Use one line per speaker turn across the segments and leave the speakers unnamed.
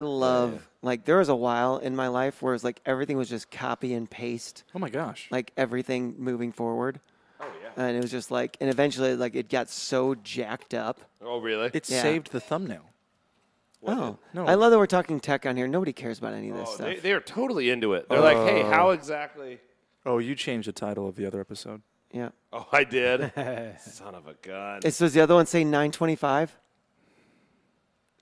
Oh,
love like there was a while in my life where it was like everything was just copy and paste,
Oh my gosh.
like everything moving forward.
Oh yeah.
And it was just like, and eventually, like it got so jacked up.
Oh really?
It
Yeah.
saved the thumbnail.
oh,
No.
I love that we're talking tech on here. Nobody cares about any of this
Oh,
stuff.
they, they are totally into it. They're like, hey, how exactly?
Oh, you changed the title of the other episode.
yeah.
Oh, I did. Son of a gun.
It's, does the other one say 925?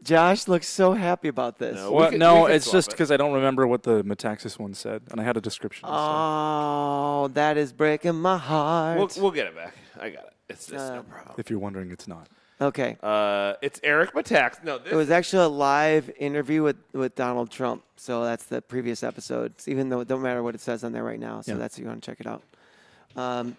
Josh looks so happy about this.
No. We
Well,
could-
no,
we could
it's
swap
just
it.
because I don't remember what the Metaxas one said, and I had a description. so-
Oh, that is breaking my heart.
we'll, we'll get it back. I got it. It's just no
Uh,
problem.
if you're wondering, it's not.
okay.
Uh, it's Eric Metax. No, this
It was actually a live interview with, with Donald Trump. So that's the previous episode, even though it don't matter what it says on there right now. So
Yeah.
that's if you want to check it out. Um,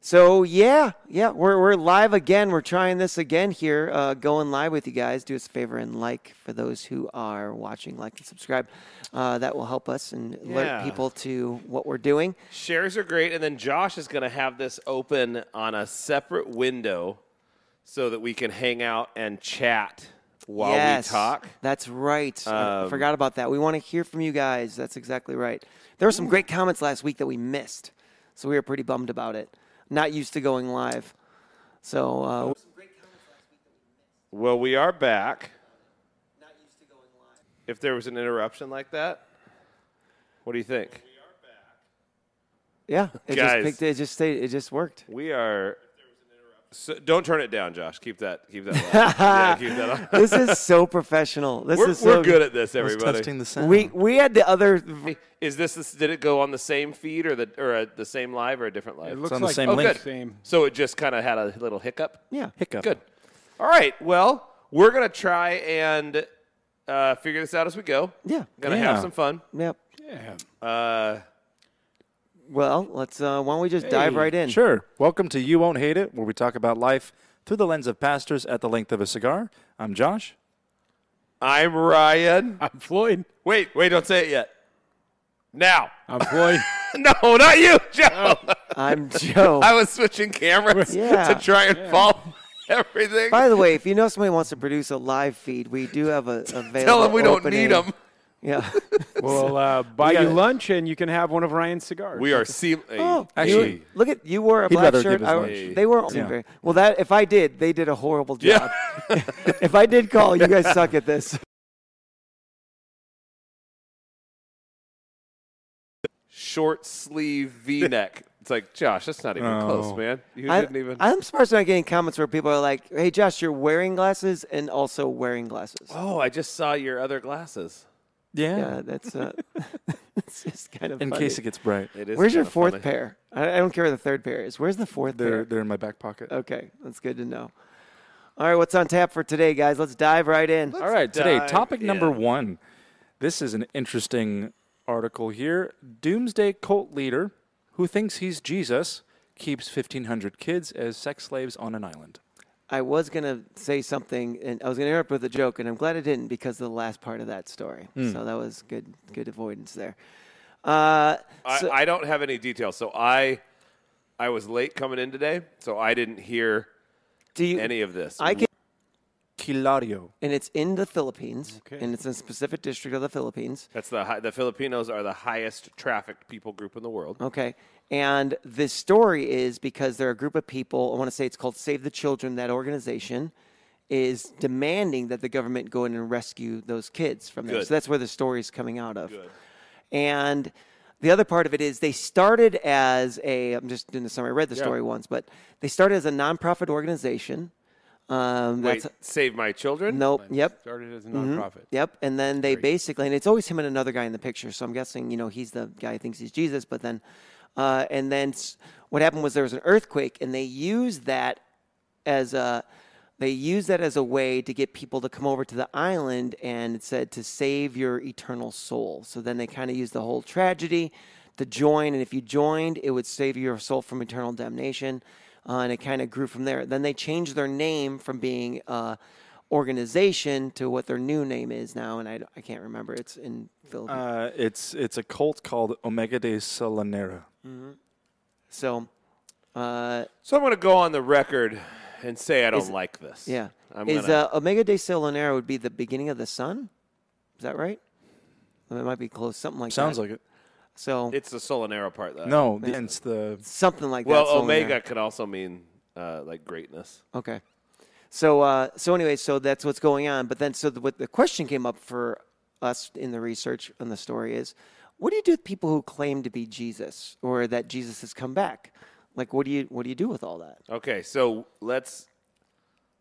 so yeah, yeah, we're, we're live again. We're trying this again here, uh, going live with you guys. Do us a favor and like for those who are watching, like and subscribe. Uh, that will help us and alert
Yeah.
people to what we're doing.
shares are great, and then Josh is going to have this open on a separate window so that we can hang out and chat while we talk.
That's right. I
Um,
forgot about that. We want to hear from you guys. That's exactly right. There were some great comments last week that we missed, so we were pretty bummed about it. Not used to going live, so uh,
Well, we are back.
not used to going live.
If there was an interruption like that, what do you think?
Yeah, it just
Guys.
picked, it just stayed. It just worked.
We are. So, don't turn it down, Josh. Keep that. Keep that. loud. yeah, keep that on.
This is so professional. This
We're,
is so
we're good at this,
It's
everybody.
testing the sound.
We we had the other.
Is this, this? Did it go on the same feed or the or uh the same live or a different live?
It looks
on the
like
same
oh,
link.
good. Same.
So it just kind of had a little hiccup.
Yeah,
Hiccup.
Good. All right. Well, we're gonna try and uh, figure this out as we go.
Yeah.
Gonna
Yeah.
have some fun.
Yep.
Yeah.
Uh,
Well, let's. Uh, why don't we just dive right in?
Sure. Welcome to You Won't Hate It, where we talk about life through the lens of pastors at the length of a cigar. I'm Josh.
I'm Ryan.
I'm Floyd.
Wait, wait. Don't say it yet. Now.
I'm Floyd.
No, not you, Joe.
Oh. I'm Joe.
I was switching cameras
Yeah.
to try and follow everything.
By the way, if you know somebody wants to produce a live feed, we do have a available.
Tell them we don't
opening.
need them.
Yeah.
we'll uh, buy you
gotta-
lunch and you can have one of Ryan's cigars.
We are seam.
Oh,
Actually-
you- look at you wore a
He'd
black
let her
shirt.
give his
I-
lunch.
they were
Yeah.
very well. That if I did, they did a horrible job.
yeah.
if I did call, you guys suck at this.
Short sleeve V neck. It's like Josh. That's not even
Oh.
close, man. You
I,
didn't even.
I'm surprised we're not getting comments where people are like, "Hey, Josh, you're wearing glasses and also wearing glasses."
oh, I just saw your other glasses.
Yeah.
Yeah, that's uh, it's just kind of.
In
funny.
case it gets bright,
It is
Where's your
kinda
fourth
funny.
pair? I, I don't care where the third pair is. Where's the 4th pair?
they're, they're in my back pocket.
Okay, that's good to know. All right, what's on tap for today, guys? Let's dive right in.
All right, today,
dive
topic number
in.
one. This is an interesting article here. Doomsday cult leader who thinks he's Jesus keeps 1,500 kids as sex slaves on an island.
I was gonna say something, and I was gonna interrupt with a joke, and I'm glad I didn't because of the last part of that story. So that was good, good avoidance there. Uh,
I,
so-
I don't have any details. So I, I was late coming in today, so I didn't hear
do you?
any of this.
I can,
Kilario.
and it's in the Philippines,
Okay.
and it's in a specific district of the Philippines.
That's the hi- the Filipinos are the highest trafficked people group in the world.
Okay. And this story is because there are a group of people, I want to say it's called Save the Children, that organization is demanding that the government go in and rescue those kids from there.
Good.
So that's where the story is coming out of. And the other part of it is they started as a, I'm just doing the summary, I read the story once, but they started as a nonprofit organization. Um,
Wait,
that's, Mm-hmm.
save my children.
nope, yep.
Started as a nonprofit.
Yep. And then they basically, and it's always him and another guy in the picture. So I'm guessing, you know, he's the guy who thinks he's Jesus. But then, uh, and then s- what happened was there was an earthquake, and they used that as a, they used that as a way to get people to come over to the island, and it said to save your eternal soul. So then they kind of used the whole tragedy to join, and if you joined, it would save your soul from eternal damnation. Uh, and it kind of grew from there. Then they changed their name from being uh, organization to what their new name is now, and I, I can't remember. It's in Philippines.
Uh, it's, it's a cult called Omega de Solanera.
so, uh,
So I'm going to go on the record and say I don't
Is-
like this.
yeah,
I'm
is
gonna,
uh, Omega de Solonera would be the beginning of the sun? Is that right? It might be close. Something like
Sounds
that.
like it.
so
It's the Solanero part, though.
No, the- it's the
something like
Well,
that. somewhere in
Omega
there.
could also mean uh, like greatness.
Okay. So uh, so anyway, so that's what's going on. But then, so the, what the question came up for us in the research on the story is, what do you do with people who claim to be Jesus or that Jesus has come back? Like, what do you what do you do with all that?
Okay, so let's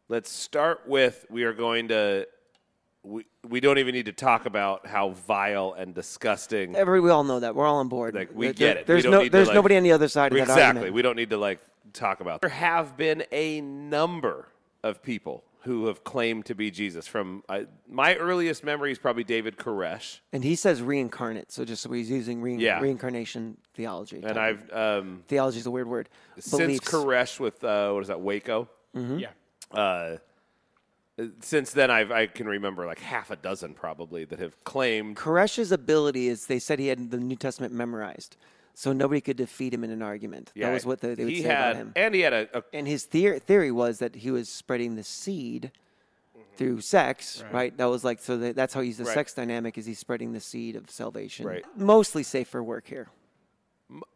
let's start with we are going to we we don't even need to talk about how vile and disgusting.
Every we all know that we're all on board.
Like, we
There-
get it. We
There's
don't
no
need to,
there's
like-
nobody on the other side of that
exactly.
argument.
We don't need to like talk about. There have been a number of people who have claimed to be Jesus. From I, my earliest memory is probably David Koresh,
And he says reincarnate, so just so he's using rein-
Yeah.
reincarnation theology.
and I've um,
theology is a weird word.
since
Beliefs.
Koresh with uh, what is that Waco.
Yeah.
Uh, since then, I've, I can remember like half a dozen probably that have claimed
Koresh's ability is they said he had the New Testament memorized, so nobody could defeat him in an argument. that was what they, they would
he
say
had,
about him.
And he had a, a
And his theor- theory was that he was spreading the seed through sex, right? That was like so that, that's how he's the
Mm-hmm. Right.
sex dynamic is he's spreading the seed of salvation.
Right.
Mostly safe for work here.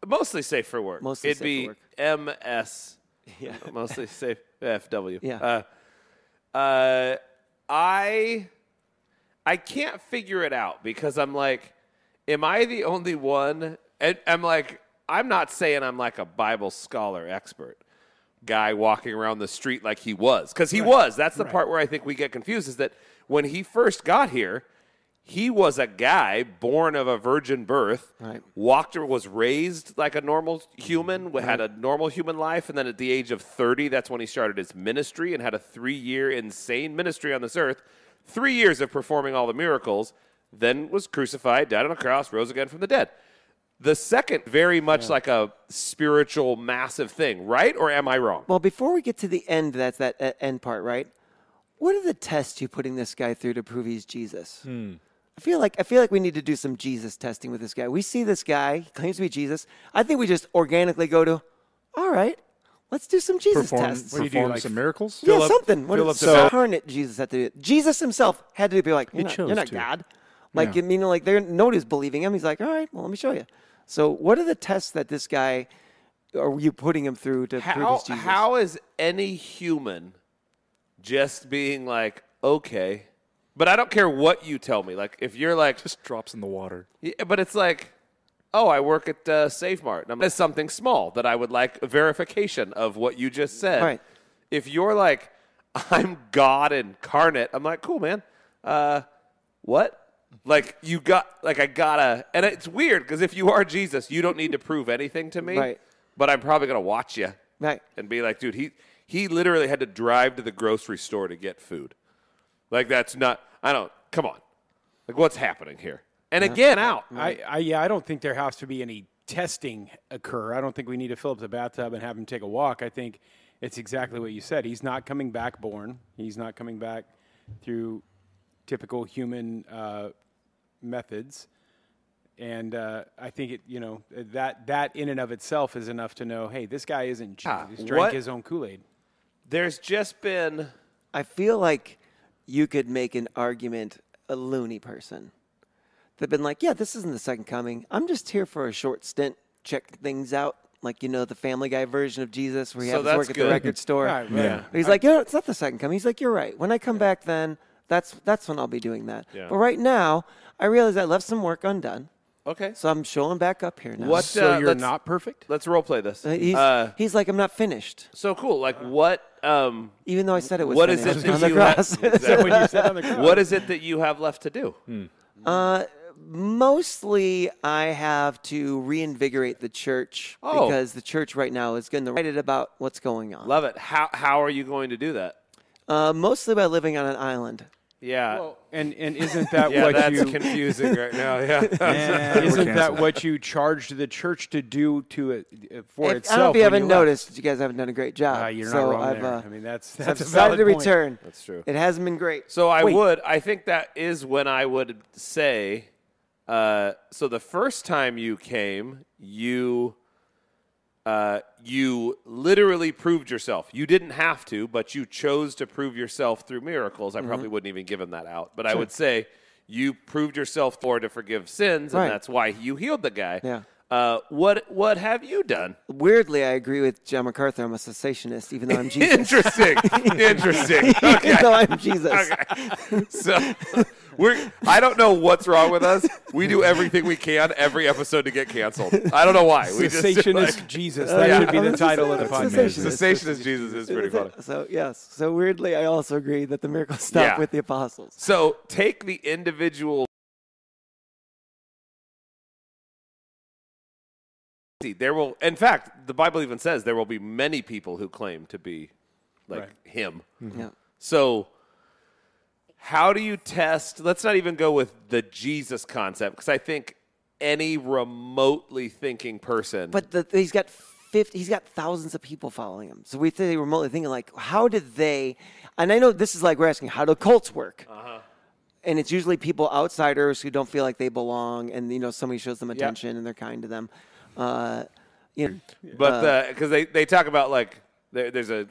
mostly safe for work.
Mostly
It'd
safe for
be
work.
MS.
Yeah.
mostly safe FW.
Yeah.
Uh, uh, I I can't figure it out because I'm like, am I the only one? And I'm like, I'm not saying I'm like a Bible scholar expert guy walking around the street like he was because he was. That's the part where I think we get confused is that when he first got here. He was a guy born of a virgin birth,
Right.
walked or was raised like a normal human, wa- had a normal human life, and then at the age of 30, that's when he started his ministry and had a three year insane ministry on this earth. Three years of performing all the miracles, then was crucified, died on a cross, rose again from the dead. The second, very much like a spiritual massive thing, right? Or am I wrong?
Well, before we get to the end, that's that uh, end part, right? What are the tests you putting this guy through to prove he's Jesus?
Hmm.
I feel like I feel like we need to do some Jesus testing with this guy. We see this guy he claims to be Jesus. I think we just organically go to, all right, let's do some Jesus
perform,
tests.
do you do,
perform
like,
some miracles.
Yeah, something. What
fill
does
up the-
incarnate Jesus had to do? Jesus himself had to be like, you're not,
chose
you're not
to.
God. Like, you
Yeah.
mean, like, there nobody's believing him. He's like, all right, well, let me show you. So, what are the tests that this guy are you putting him through to prove
How,
he's Jesus?
how is any human just being like, okay, but I don't care what you tell me. Like, if you're like,
Just drops in the water.
Yeah, but it's like, oh, I work at uh, Safe Mart. And I'm that's something small that I would like verification of what you just said.
Right.
If you're like, I'm God incarnate, I'm like, cool, man. Uh, what? Like you got like I gotta, and it's weird because if you are Jesus, you don't need to prove anything to me.
Right.
But I'm probably gonna watch you
Right.
and be like, dude, he he literally had to drive to the grocery store to get food. Like that's not. I don't. Come on. Like what's happening here? And again, out.
I, I yeah, I don't think there has to be any testing occur. I don't think we need to fill up the bathtub and have him take a walk. I think it's exactly what you said. He's not coming back born. He's not coming back through typical human uh, methods. And uh, I think it, you know, that that in and of itself is enough to know, hey, this guy isn't Jesus.
Ah,
drank
what-
his own Kool Aid.
There's just been
I feel like you could make an argument a loony person. They've been like, yeah, this isn't the second coming. I'm just here for a short stint, check things out. Like, you know, the Family Guy version of Jesus where he
So
has to work
that's
at
good.
the record store.
Right, right.
Yeah.
He's like, you know, it's not the second coming. He's like, you're right. When I come back then, that's that's when I'll be doing that.
Yeah.
But right now, I realize I left some work undone.
okay.
So I'm showing back up here now.
What?
So
uh,
you're
let's-
not perfect.
Let's role play this.
Uh, He's,
Uh,
he's like, I'm not finished.
so cool. Like what? Um,
Even though I said it was
what is
finished
it that
on the
you have?
cross.
Exactly.
When you sit on the ground.
what is it that you have left to do?
Uh, mostly, I have to reinvigorate the church
Oh.
because the church right now is getting excited about what's going on.
Love it. How how are you going to do that?
Uh, mostly by living on an island.
Yeah.
And and isn't that
yeah,
what
that's
you
confusing right now. Yeah.
Isn't that what you charged the church to do to it uh, for
If- I don't
itself?
know if
when
you haven't
left?
noticed. You guys haven't done a great job.
Ah, you're
so
not wrong
I've,
there.
Uh,
I mean, that's
I've
that's a
decided
valid
to
point.
return.
That's true.
It hasn't been great.
So I
Wait.
would. I think that is when I would say. Uh, so the first time you came, you uh, you literally proved yourself. You didn't have
Mm-hmm.
to, but you chose to prove yourself through miracles. I probably wouldn't even give him that out, but I would say you proved yourself Thor to forgive sins,
Right.
and that's why you healed the guy.
Yeah.
Uh, what what have you done?
Weirdly, I agree with John MacArthur. I'm a cessationist, even though I'm Jesus.
Interesting. Interesting.
even though I'm Jesus.
So we're I don't know what's wrong with us. We do everything we can every episode to get canceled. I don't know why. We just
Cessationist
like,
Jesus. That
yeah.
should be the
I'm a
title of the
cessationist.
podcast.
cessationist Jesus is pretty funny.
So yes. So weirdly, I also agree that the miracles stop
Yeah.
with the apostles.
So take the individual. See, There will, in fact, the Bible even says there will be many people who claim to be like
Right.
him.
Yeah.
So, how do you test? Let's not even go with the Jesus concept because I think any remotely thinking person.
But the, he's got 50, he's got thousands of people following him. So we think remotely thinking like, how did they? And I know this is like we're asking, how do cults work? And it's usually people outsiders who don't feel like they belong, and you know somebody shows them attention and they're kind to them. Uh, you know,
but because they, they talk about like there, there's a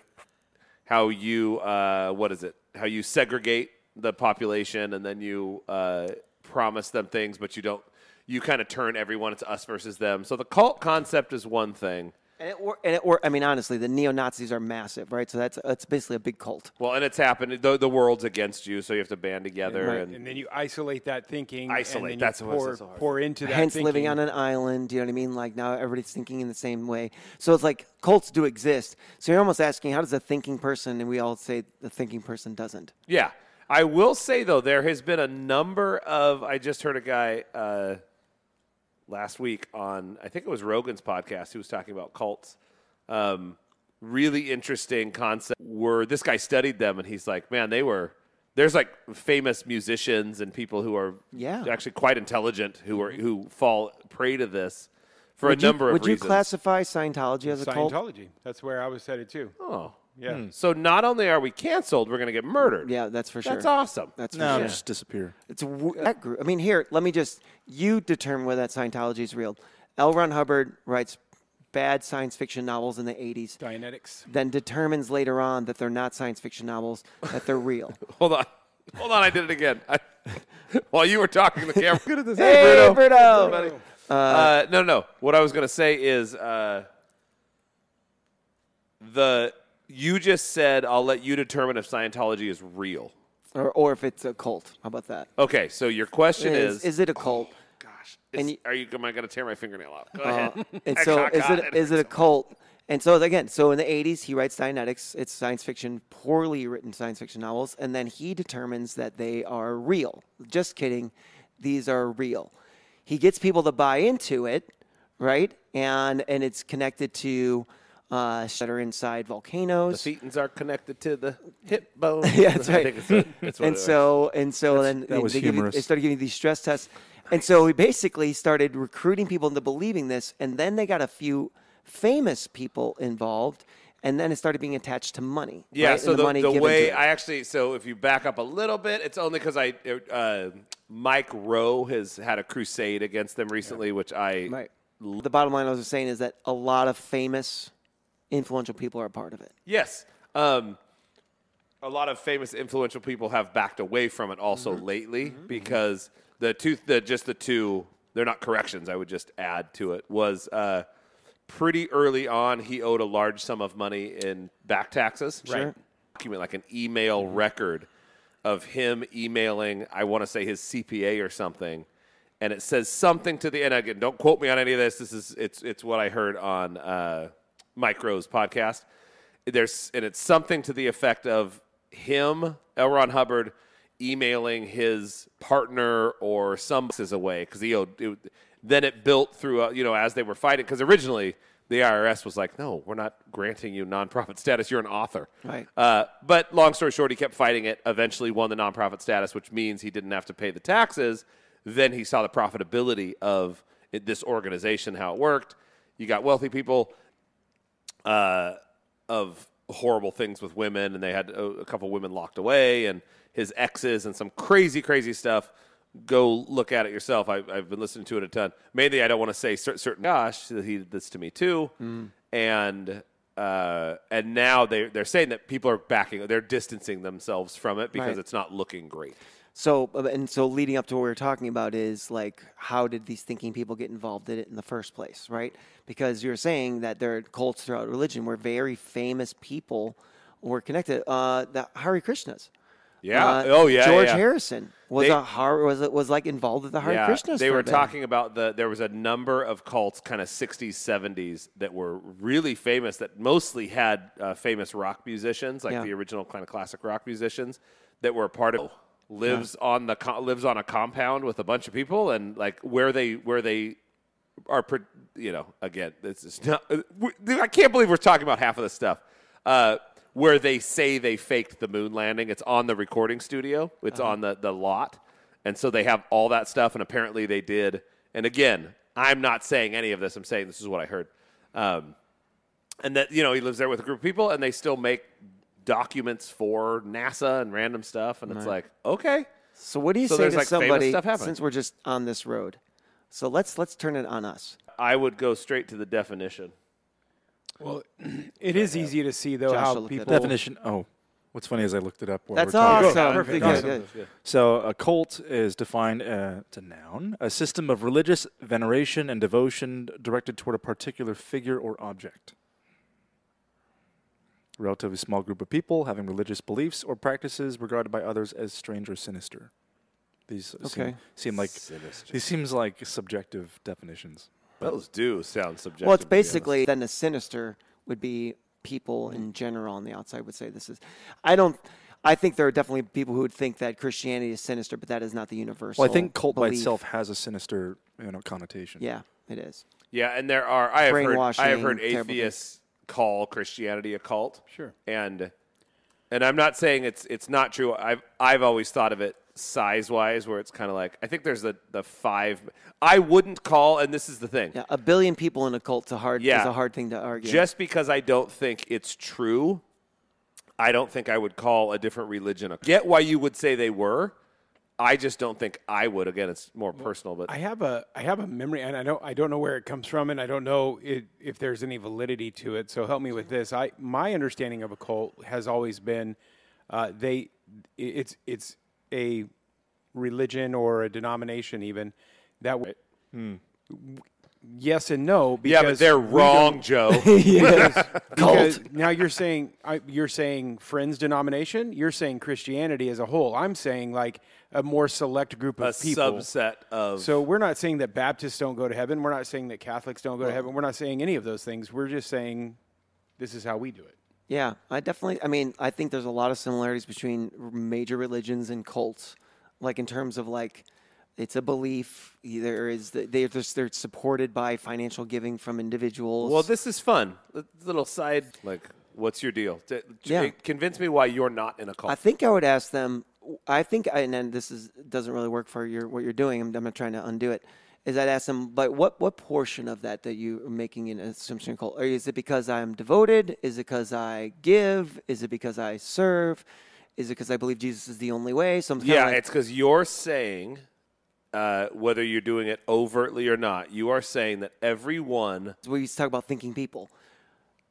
how you uh, what is it how you segregate the population and then you uh, promise them things but you don't you kind of turn everyone it's us versus them so the cult concept is one thing
and it wor- and it wor- I mean, honestly, the neo Nazis are massive, right? So that's it's basically a big cult.
well and it's happened the, the world's against you so you have to band together and,
And then you isolate that thinking. and
Isolate,
then you
that's what-
pour,
that's so hard.
pour into that
Hence,
thinking.
living on an island. You know what I mean? Like now, everybody's thinking in the same way. So it's like cults do exist. So you're almost asking, how does a thinking person? And we all say the thinking person doesn't.
Yeah. I will say though, there has been a number of I just heard a guy uh, last week on I think it was Rogan's podcast who was talking about cults. Um, really interesting concept where this guy studied them and he's like, Man, they were there's like famous musicians and people who are
Yeah. Mm-hmm.
actually quite intelligent who are who fall prey to this for
Would
a
you-
number of
would
reasons.
you classify Scientology as a cult?
Scientology. That's where I was headed too.
oh.
Yeah.
So not only are we canceled, we're gonna get murdered.
Yeah, that's for sure.
That's awesome.
That's for
No,
sure.
just disappear.
It's w- that group. I mean, here, let me just you determine whether that Scientology is real. L. Ron Hubbard writes bad science fiction novels in the '80s,
Dianetics.
then determines later on that they're not science fiction novels, that they're real.
Hold on. Hold on, I did it again. I, while you were talking, the camera. Good at this.
hey, Bruno.
Uh, uh, no, no. What I was going to say is uh, the you just said I'll let you determine if Scientology is real.
Or, or if it's a cult. How about that?
Okay, so your question
is,
is,
is it a cult?
gosh,
and
and
you-
are you am I going to tear my fingernail off? Go
Uh,
ahead.
and
I
so
got
is
caught.
it is it a cult? And so again, so in the 80s, he writes Dianetics. It's science fiction, poorly written science fiction novels, and then he determines that they are real. Just kidding, these are real. He gets people to buy into it, right? And and it's connected to uh, shutter inside volcanoes.
Thetans are connected to the hip bone.
Yeah, that's
I
right.
think it's a, that's what
and
it is.
so and so then they,
was
they give you-
humorous.
they started giving you these stress tests, and so we basically started recruiting people into believing this, and then they got a few famous people involved, and then it started being attached to money.
Yeah,
right? And
so the, the,
given to
way
it.
I actually, so if you back up a little bit, it's only because I, uh, Mike Rowe has had a crusade against them recently, which I,
right. The bottom line I was just saying is that a lot of famous, influential people are a part of it.
yes, um, a lot of famous influential people have backed away from it also lately because the two, the, just the two, they're not corrections, I would just add to it, was uh, pretty early on, he owed a large sum of money in back taxes.
Sure.
document, like an email record of him emailing, I want to say his CPA or something. And it says something to the end. Again, don't quote me on any of this. This is it's it's what I heard on uh, Mike Rowe's podcast. There's and it's something to the effect of him, L. Ron Hubbard, emailing his partner or some is away because he owed. It, then it built through, uh, you know, as they were fighting. Because originally the IRS was like, "No, we're not granting you nonprofit status. You're an author."
Right.
Uh, but long story short, he kept fighting it. Eventually, won the nonprofit status, which means he didn't have to pay the taxes. Then he saw the profitability of it- this organization, how it worked. You got wealthy people uh, of horrible things with women, and they had a, a couple women locked away, and his exes, and some crazy, crazy stuff. Go look at it yourself. I, I've been listening to it a ton. Mainly, I don't want to say cer- certain. Gosh, he did this to me too,
Mm.
and uh, and now they they're saying that people are backing, they're distancing themselves from it because
Right.
it's not looking great.
So uh, and so, leading up to what we were talking about is like, how did these thinking people get involved in it in the first place, right? Because you're saying that there are cults throughout religion where very famous people were connected. Uh, the Hare Krishnas.
Yeah.
Uh,
Oh, yeah,
George
yeah.
Harrison was
They-
a Har- was was like involved with the Hare Krishnas.
They
for a
were
bit.
talking about the there was a number of cults, kind of 60s, 70s, that were really famous. That mostly had uh, famous rock musicians, like
Yeah.
the original kind of classic rock musicians, that were part of. Lives on the co- lives on a compound with a bunch of people, and like where they where they are, pro- you know, again, this is not. uh, we- I can't believe we're talking about half of this stuff. Uh, where they say they faked the moon landing, it's on the recording studio. It's
Uh-huh.
on the the lot, and so they have all that stuff. And apparently they did. And again, I'm not saying any of this. I'm saying this is what I heard. Um, and that you know he lives there with a group of people, and they still make documents for NASA and random stuff. And it's like, okay,
So what do you
So
say
there's,
to
like, famous
somebody
stuff happening.
since we're just on this road? So let's let's turn it on us.
I would go straight to the definition.
Well, it is easy to see though
Josh will
how
look that up.
people
Definition. Oh, what's funny is I looked it up. While
That's
we're talking.
awesome.
perfect.
Good,
Awesome.
good.
So a cult is defined uh, it's a noun, a system of religious veneration and devotion directed toward a particular figure or object. A relatively small group of people having religious beliefs or practices regarded by others as strange or sinister. These
Okay.
seem, seem like
Sinister.
these seems like subjective definitions.
Those do sound subjective.
Well, it's
to be honest.
basically then the sinister would be people in general on the outside would say this is. I don't. I think there are definitely people who would think that Christianity is sinister, but that is not the universal.
Well, I think cult by
belief.
itself has a sinister you know, connotation.
Yeah, it is.
Yeah, and there are I have heard I have
Brainwashing,
heard
terrible
atheists call Christianity a cult.
Sure.
And and I'm not saying it's it's not true. I've I've always thought of it size wise where it's kind of like I think there's the the five I wouldn't call and this is the thing.
Yeah, a billion people in a cult to hard
Yeah.
is a hard thing to argue.
Just because I don't think it's true, I don't think I would call a different religion a Get why you would say they were. I just don't think I would. Again, it's more personal, but
I have a I have a memory, and I don't I don't know where it comes from, and I don't know it, if there's any validity to it. So help me with this. I my understanding of a cult has always been uh, they i- it's it's a religion or a denomination even that. w- Yes and no.
Hmm. yeah,
Because
but they're
we don't-
wrong, Joe.
because now you're saying I, you're saying friends denomination. You're saying Christianity as a whole. I'm saying like a more select group
a
of people.
subset of
So we're not saying that Baptists don't go to heaven. We're not saying that Catholics don't go to heaven. We're not saying any of those things. We're just saying this is how we do it.
Yeah, I definitely. I mean, I think there's a lot of similarities between r- major religions and cults, like in terms of like it's a belief. There is the- they're just, they're supported by financial giving from individuals.
Well, this is fun. L- Little side, like, what's your deal? T- t-
Yeah.
Convince me why you're not in a cult.
I think I would ask them. I think, and then this is doesn't really work for your what you're doing. I'm, I'm not trying to undo it. Is I'd ask them, but what what portion of that that you are making an assumption cult? Or is it because I'm devoted? Is it because I give? Is it because I serve? Is it because I believe Jesus is the only way? So I'm kinda
yeah,
like-
it's because you're saying, uh, whether you're doing it overtly or not, you are saying that everyone.
we used to talk about thinking people.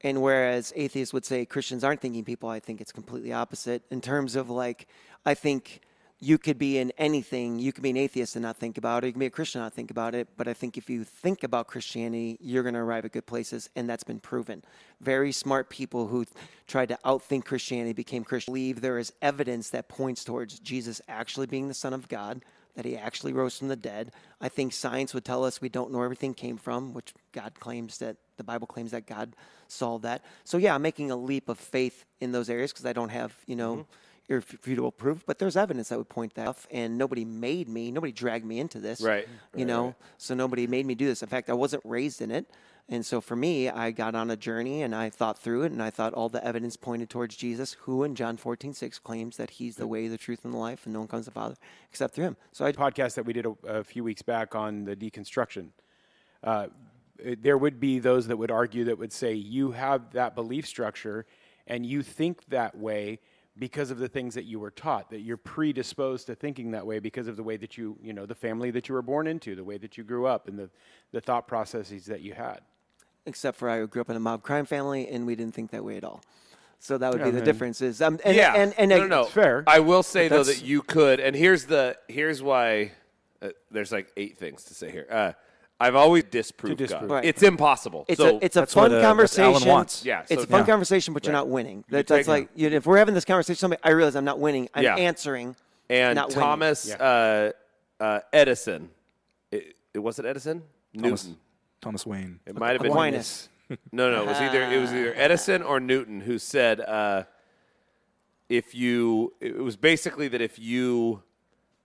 And whereas atheists would say Christians aren't thinking people, I think it's completely opposite in terms of like, I think you could be in anything. You could be an atheist and not think about it. You can be a Christian and not think about it. But I think if you think about Christianity, you're going to arrive at good places. And that's been proven. Very smart people who tried to outthink Christianity became Christian. Believe there is evidence that points towards Jesus actually being the Son of God that he actually rose from the dead. I think science would tell us we don't know where everything came from, which God claims that the Bible claims that God solved that. So yeah, I'm making a leap of faith in those areas because I don't have you know irrefutable proof, but there's evidence that would point that off. And nobody made me, nobody dragged me into this,
Right,
You know, so nobody made me do this. In fact, I wasn't raised in it. And so for me, I got on a journey and I thought through it and I thought all the evidence pointed towards Jesus, who in John 14, 6 claims that he's the way, the truth, and the life, and no one comes to the Father except through him. So I
Podcast that we did a, a few weeks back on the deconstruction. Uh, it- there would be those that would argue that would say you have that belief structure and you think that way because of the things that you were taught that you're predisposed to thinking that way because of the way that you you know the family that you were born into the way that you grew up and the, the thought processes that you had
except for I grew up in a mob crime family and we didn't think that way at all. So that would
Yeah,
be the
I mean-
difference. Is um, and,
yeah,
and, and,
no, no, no.
it's fair.
I will say though
that's-
that you could, and here's the here's why. Uh, there's like eight things to say here. Uh, I've always disproved
To disprove.
God.
Right.
It's impossible.
It's
so
a it's a
what,
fun
uh, that's Alan
conversation.
wants.
Yeah,
it's
so-
a fun
Yeah.
conversation, but you're
Right.
not winning.
You're
That, that's
taking-
like you know, if we're having this conversation, somebody- I realize I'm not winning. I'm
Yeah.
answering.
and
not winning.
Thomas uh, uh, Edison. It, it wasn't Edison.
Thomas,
Newton.
Thomas Wayne.
It might have been
Aquinas. Ah.
No, no, it was either it was either Edison or Newton who said uh, if you it was basically that if you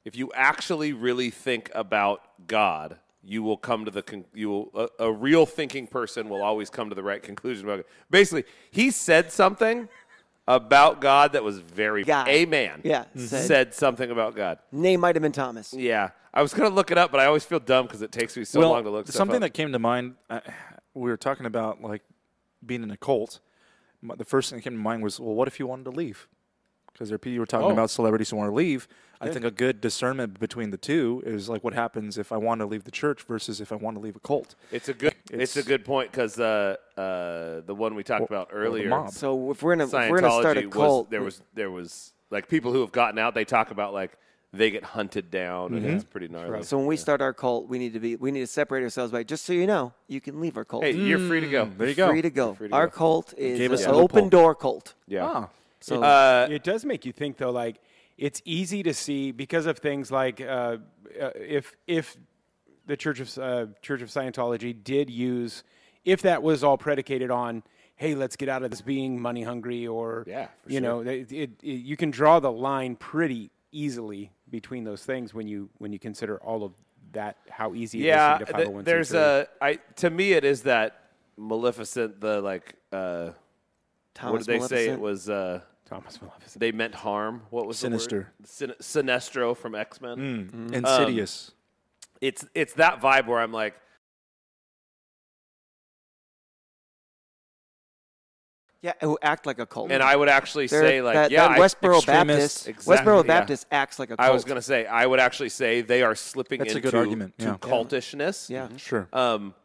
if you actually really think about God, you will come to the con- you will a, a real thinking person will always come to the right conclusion about God. Basically, he said something about God that was very
God.
a man.
Yeah, said.
said something about God.
Name might have been Thomas.
Yeah, I was gonna look it up, but I always feel dumb because it takes me so long to look stuff
something
up.
that came to mind. Uh, we were talking about like being in a cult. M- The first thing that came to mind was, well, what if you wanted to leave? Because there, you were talking
Oh.
about celebrities who want to leave. I think a good discernment between the two is like what happens if I want to leave the church versus if I want to leave a cult.
It's a good. It's,
It's-
a good point because uh, uh, the one we talked about earlier,
mob.
So if we're gonna if we're gonna start a
Scientology was
cult,
there was there was like people who have gotten out. They talk about like they get hunted down, and it's
Mm-hmm.
pretty gnarly.
so when we start our cult, we need to be we need to separate ourselves by just so you know, you can leave our cult.
hey, you're free to go.
mm, There you go.
free to go.
free to
our
go.
cult is
Gave us
an
a
open
loophole.
door cult.
Yeah.
Ah,
So
Uh,
it does make you think though like it's easy to see because of things like uh, uh, if if the church of uh, church of scientology did use if that was all predicated on hey let's get out of this being money hungry or
Yeah, for
you know it, it, it, you can draw the line pretty easily between those things when you when you consider all of that how easy
yeah.
it is to oh
th-
get a 501c3.
there's a. I to me it is that Maleficent. The like. Uh,
Thomas
what did they say? It
Maleficent.
was. Uh,
thomas Maleficent.
they meant harm. What was
Sinister.
The word? Sin- Sinestro from X Men.
Mm.
Mm. insidious.
Um, it's it's that vibe where I'm like,
yeah, who act like a cult.
and I would actually
They're-
say like,
Oh. that,
yeah,
that
I-
Westboro
extremists-
Baptist,
Exactly,
Westboro
yeah.
Baptist acts like a cult.
I was going to say I would actually say they are slipping
That's a
into
good argument,
to
yeah. Mm-hmm.
cultishness.
yeah.
sure.
Um,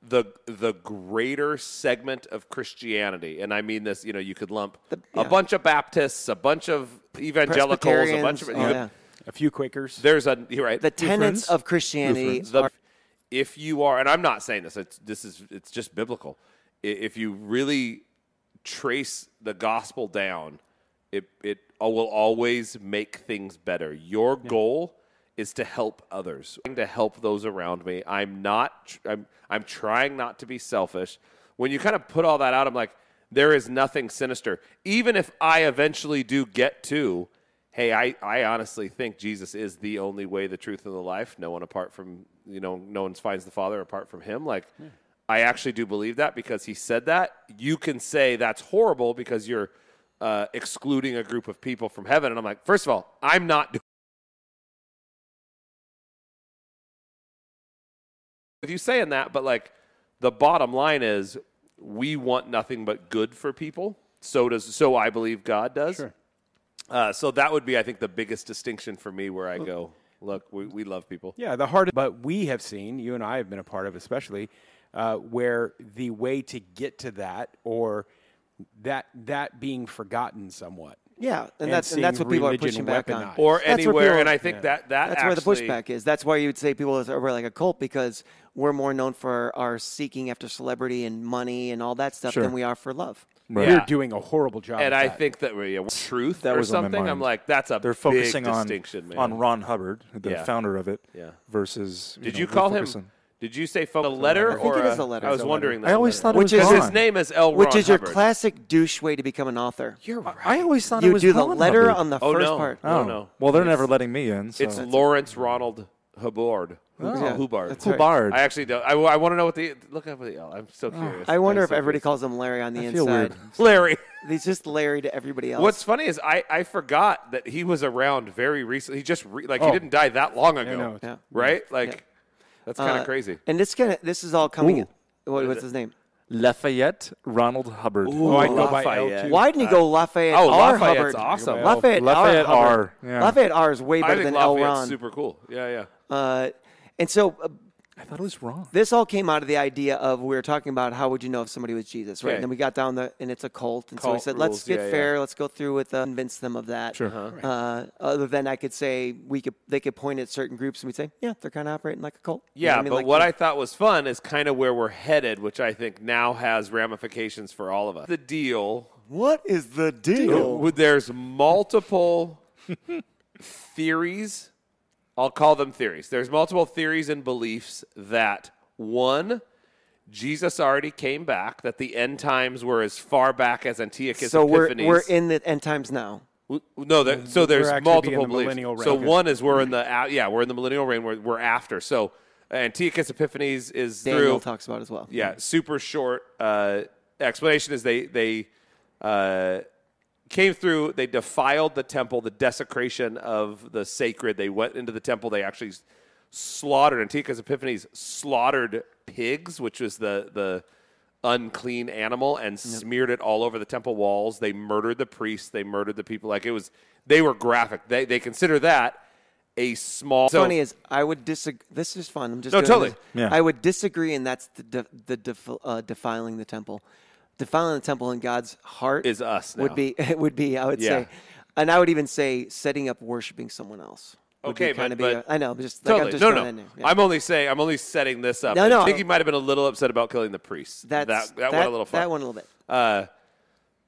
the the greater segment of Christianity, and I mean this, you know, you could lump
yeah.
a bunch of Baptists, a bunch of evangelicals, a bunch of
Presbyterians, oh,
you-
yeah.
a few quakers
there's a you're right.
The tenets
Lutherans?
of Christianity
the-
are
if you are, and I'm not saying this. It's, this is it's just biblical. I- If you really trace the gospel down, it it will always make things better. Your goal is to help others, to help those around me. I'm not. tr- I'm I'm trying not to be selfish. When you kind of put all that out, I'm like, there is nothing sinister. Even if I eventually do get to hey I, I honestly think jesus is the only way the truth and the life no one apart from you know no one finds the father apart from him like i actually do believe that because he said that you can say that's horrible because you're uh, excluding a group of people from heaven and i'm like first of all i'm not doing with you saying that but like the bottom line is we want nothing but good for people so does so i believe god does
Sure.
uh, so that would be, I think, the biggest distinction for me where I go, look, we, we love people.
Yeah, the hardest, but we have seen, you and I have been a part of, especially, uh, where the way to get to that or that that being forgotten somewhat.
yeah, and,
And
that's and that's
seeing
what people are
religion
pushing back on.
weaponized.
Or
That's where
anywhere.
people-
and I think that, that
That's
actually,
where the pushback is. That's why you would say people are we're like a cult because we're more known for our seeking after celebrity and money and all that stuff
Sure.
than we are for love.
Right.
You're doing a horrible job.
And
at
I
that.
think that yeah, truth
That
or
was on my
something, I'm
mind.
like, that's a
They're
big
focusing on
distinction, man.
on Ron Hubbard, the
Yeah.
founder of it.
Yeah.
Versus.
Did
know,
you
we
call him?
focus on-
Did you say phone, a letter?
I think
or
it is a letter.
I was
It's a
wondering that.
I always thought it
Which
was
is-
Ron.
Because his name is L.
Which
Ron
is your
Hubbard.
classic douche way to become an author.
you're right.
I always thought it
you
was
do the
Ron
letter
Hubbard. Uh,
on the
Oh,
first
no.
part.
Oh, no.
Well, they're never letting me in. So.
It's Lawrence Ronald Hubbard.
Oh. Yeah,
Hubbard.
that's right. Oh.
Hubbard.
I actually don't. I, I want to know what the look up the L. I'm so curious.
I wonder
I'm
if
so
everybody
curious.
calls him Larry on the
I
inside.
feel weird.
Larry.
He's just Larry to everybody else.
What's funny is I, I forgot that he was around very recently. He just re, like he
Oh.
didn't die that long ago,
no, it's-
Yeah.
right? Like
Yeah.
that's kind of
Uh,
crazy.
And this kind of this is all coming.
Ooh.
What, what's his name?
Lafayette Ronald Hubbard.
Oh, I go by
Lafayette.
L too.
Why didn't he go Lafayette?
oh,
R.
Lafayette's
Hubbard?
awesome.
Lafayette,
Lafayette
R. Hubbard.
R, yeah.
Lafayette R is way
I
better than
think
L. Uh,
Lafayette's
Ron.
super cool. Yeah, yeah.
Uh, and so, uh,
I thought it was wrong.
this all came out of the idea of we were talking about how would you know if somebody was Jesus, right?
Okay.
And then we got down the and it's a cult, and so we
Cult
said
rules,
let's get
yeah, yeah.
fair, let's go through with uh, convince them of that.
Sure.
Uh, other than I could say we could they could point at certain groups and we'd say yeah they're kind of operating like a cult. You know
Yeah,
I mean?
but
Like,
what I thought was fun is kind of where we're headed, which I think now has ramifications for all of us. The deal
what is the deal?
w- there's multiple theories. I'll call them theories. There's multiple theories and beliefs that one, Jesus already came back, that the end times were as far back as Antiochus
So we're
Epiphanes.
we're in the end times now.
W- No, there, so
we're
there's
actually
multiple
in the
beliefs.
millennial
So
reign.
one is we're in the uh, yeah we're in the millennial reign. We're, we're after. So uh, Antiochus Epiphanes is
Daniel
through.
talks about as well.
yeah, super short uh, explanation is they they uh, came through. They defiled the temple, the desecration of the sacred. They went into the temple. They actually slaughtered Antiochus Epiphanes slaughtered pigs, which was the the unclean animal, and smeared it all over the temple walls. They murdered the priests. They murdered the people. Like it was, they were graphic. They they consider that a small. so-
funny is I would disagree. This is fun. I'm just
No,
doing
totally.
this.
Yeah.
I would disagree, and that's the de- the defi- uh, defiling the temple, defiling the temple in God's heart
Is us now.
Would be it would be I would
Yeah.
say, and I would even say setting up worshiping someone else. would be
Okay, but-
kinda be
but-
a- I know I'm just like,
Totally.
I'm just
no,
throwing
no.
that in there. Yeah.
I'm only saying. I'm only setting this up.
No,
I
no.
think he might have been a little upset about killing the priest.
that's,
that that went a little far.
That one a little bit.
Uh,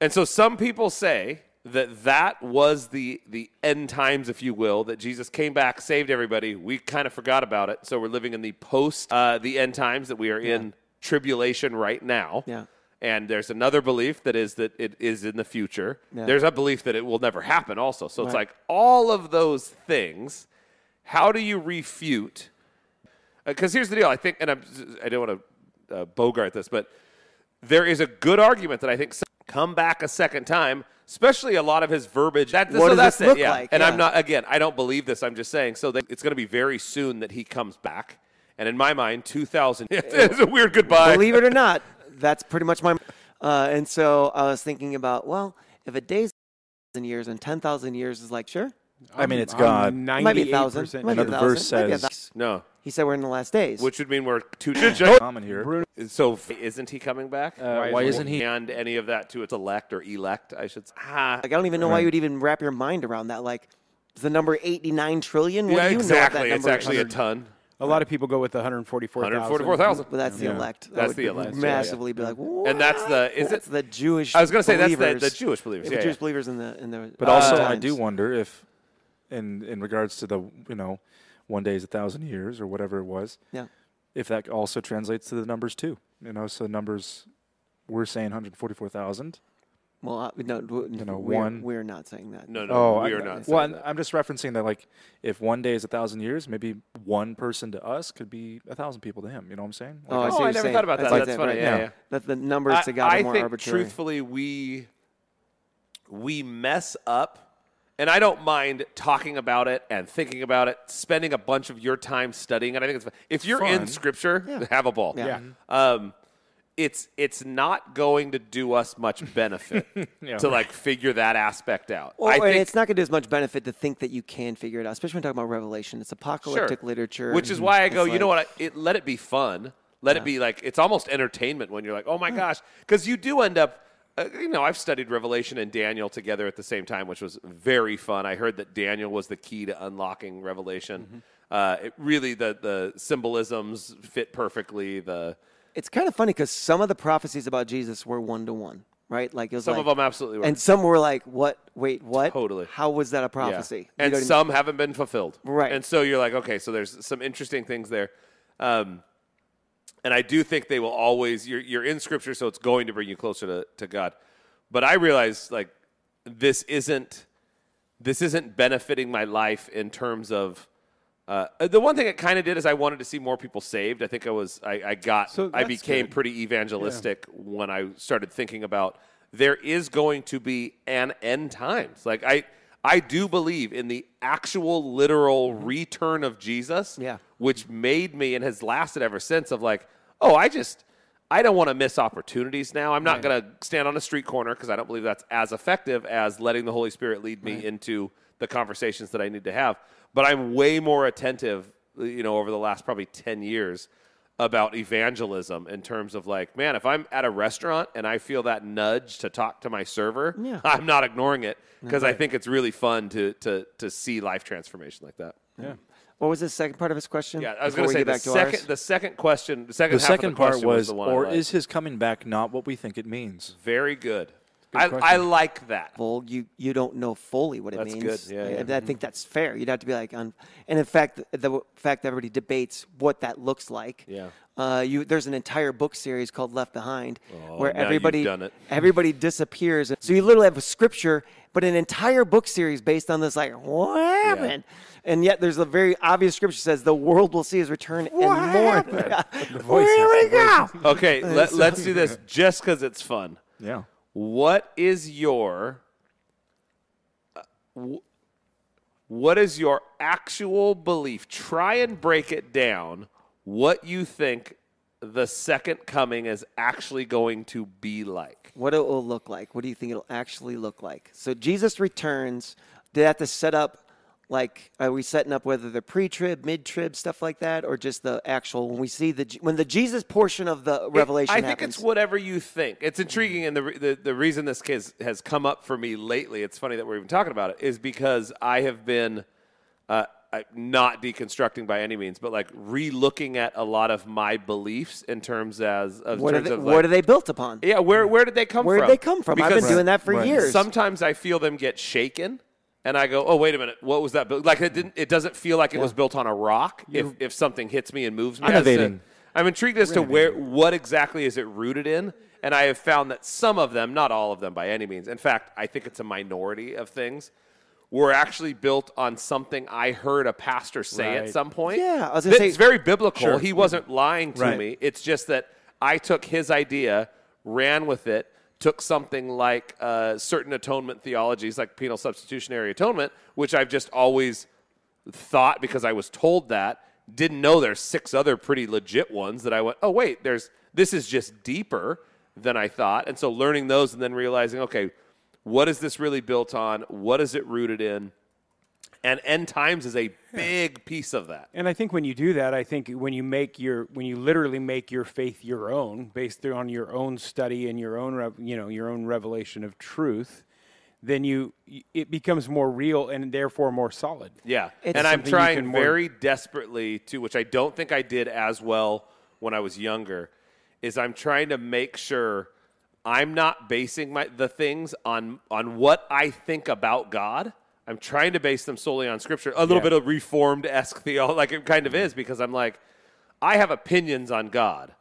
and so some people say that that was the the end times, if you will, that Jesus came back, saved everybody. We kind of forgot about it, so we're living in the post uh, the end times that we are in tribulation right now.
Yeah.
And there's another belief that is that it is in the future.
Yeah.
There's a belief that it will never happen also. So it's
Right.
like all of those things. How do you refute? Because Uh, here's the deal. I think, and I'm, I don't want to uh, bogart this, but there is a good argument that I think come back a second time, especially a lot of his verbiage. That,
What
so
does
that's
this
it,
look
yeah.
like?
And I'm
Yeah.
not again. I don't believe this. I'm just saying. So they, it's going to be very soon that he comes back. And in my mind, 2000 is a weird goodbye.
Believe it or not, that's pretty much my. Uh, and so I was thinking about well, if a day's thousand years and ten thousand years is like sure,
I mean, it's
I'm
God.
it might be a
98%
thousand, it might be a
Another
thousand,
verse
it might be a
says-
thousand.
no,
He said we're in the last days.
which would mean we're two.
Common here.
so isn't he coming back?
Uh, why why isn't isn't he- he-
And any of that to its elect or elect, I should. Say. Ah,
Like I don't even know why you'd even wrap your mind around that. Like the number eighty-nine trillion. What
yeah,
do you
exactly.
Know what that
It's
number
actually
is?
a ton.
A lot of people go with the 144,000.
144,000.
But that's the elect. I
That's
would
the elect, yeah, yeah.
Massively be like, what?
And that's the- is
that's
it-
the Jewish.
I was gonna say that's the-
believers.
the Jewish believers,
The
yeah,
Jewish
yeah.
believers in the in the.
But also, I
times.
do wonder if, in in regards to the you know, one day is a thousand years or whatever it was,
Yeah.
if that also translates to the numbers too. You know, so numbers we're saying 144,000.
Well, I, no, w-
know,
we're,
one-
We're not saying that. Oh,
No, no, we
Oh, I-
are not.
Well, I'm, I'm just referencing that like if one day is a thousand years, maybe one person to us could be a thousand people to him. You know what I'm saying? Like,
Oh, I
Oh,
see what
I
you're
never
saying.
thought about that.
like that,
That's funny.
right?
Yeah,
Yeah.
yeah.
That the numbers to God are more
think
arbitrary.
truthfully, we we mess up, and I don't mind talking about it and thinking about it, spending a bunch of your time studying it. I think it's if you're in
Fun.
Scripture, have a ball.
Yeah.
Um, it's it's not going to do us much benefit to like figure that aspect out.
Well,
I
and
think
it's not going to do as much benefit to think that you can figure it out, especially when talking about Revelation. It's apocalyptic literature,
Which is why I go,
It's
you know
like-
what? I, it, let it be fun. Let it be like it's almost entertainment when you're like, oh my gosh, because you do end up. Uh, you know, I've studied Revelation and Daniel together at the same time, which was very fun. I heard that Daniel was the key to unlocking
Mm-hmm.
Revelation. Uh, it really the the symbolisms fit perfectly. The
It's kind of funny because some of the prophecies about Jesus were one to one, right? Like it was
Some
like-
of 'em absolutely were.
and some were like, "What? Wait, what?
Totally.
How was that a
Yeah.
prophecy?" You
And
know what I mean?
some haven't been fulfilled.
Right.
And so you're like, okay, so there's some interesting things there. Um, and I do think they will always, you're, you're in scripture, so it's going to bring you closer to, to God. But I realize like this isn't, this isn't benefiting my life in terms of, uh, the one thing it kind of did is I wanted to see more people saved. I think I was, I, I got,
So
I
that's
became
good.
pretty evangelistic when I started thinking about there is going to be an end times. Like I I do believe in the actual literal return of Jesus,
Yeah.
which made me and has lasted ever since of like, oh, I just I don't want to miss opportunities now. I'm not going to stand on a street corner because I don't believe that's as effective as letting the Holy Spirit lead me into the conversations that I need to have. But I'm way more attentive you know, over the last probably 10 years about evangelism in terms of like, man, if I'm at a restaurant and I feel that nudge to talk to my server,
Yeah.
I'm not ignoring it because I think it's really fun to, to, to see life transformation like that.
Yeah.
What was the second part of his question?
Yeah, I was
Before
going to
we
say
get
the
back to
second,
ours?
the second question, the second
The
half of
second
the
part
question
was,
was, the one I
or
liked.
is his coming back not what we think it means?
very good. I,
question.
I like that.
full, you you don't know fully what it
That's
means.
good. Yeah,
I,
yeah.
I think that's fair. You'd have to be like, on, and in fact, the, the fact that everybody debates what that looks like.
Yeah.
Uh, you there's an entire book series called Left Behind, where
Oh, now you've
everybody
done it.
everybody disappears. So you literally have a scripture, but an entire book series based on this. Like, what happened? And yet, there's a very obvious scripture says the world will see his return and mourn. Where we go?
Okay, let, let's do this just because it's fun.
Yeah.
What is your uh, wh- what is your actual belief? Try and break it down. What you think the second coming is actually going to be like?
what it will look like. What do you think it'll actually look like? So Jesus returns. Do they have to set up, like, are we setting up whether they're pre-trib, mid-trib, stuff like that, or just the actual when we see the when the Jesus portion of the revelation?
I think
happens?
it's whatever you think. It's intriguing, and the, re- the the reason this case has come up for me lately. It's funny that we're even talking about it is because I have been uh, I- not deconstructing by any means, but like re-looking at a lot of my beliefs in terms as of
what are
terms
they,
of
what
like,
are they built upon?
yeah where where did they come
Where
from?
did they come from? I've
Because
been doing that for
Right.
years.
Sometimes I feel them get shaken. And I go, oh wait a minute, what was that? built? Like it didn't. It doesn't feel like it was built on a rock. If, if something hits me and moves me,
I'm
as to-
evading.
I'm intrigued as to where what exactly is it rooted in, and I have found that some of them, not all of them by any means. In fact, I think it's a minority of things were actually built on something I heard a pastor say at
Right.
some point.
Yeah, I was gonna say-
it's very biblical.
Sure.
He wasn't lying to
Right.
me. It's just that I took his idea, ran with it, took something like uh, certain atonement theologies, like penal substitutionary atonement, which I've just always thought because I was told that. Didn't know there's six other pretty legit ones that I went, oh wait, there's this is just deeper than I thought. And so learning those and then realizing, okay, what is this really built on? What is it rooted in? And end times is a big piece of that.
And I think when you do that, I think when you make your when you literally make your faith your own, based on your own study and your own rev- you know your own revelation of truth, then you it becomes more real and therefore more solid.
Yeah.
It's
and I'm
something you
trying
can more-
very desperately to, which I don't think I did as well when I was younger, is I'm trying to make sure I'm not basing my the things on on what I think about God. I'm trying to base them solely on scripture. A little bit of reformed esque theology, like it kind of is, because I'm like, I have opinions on God,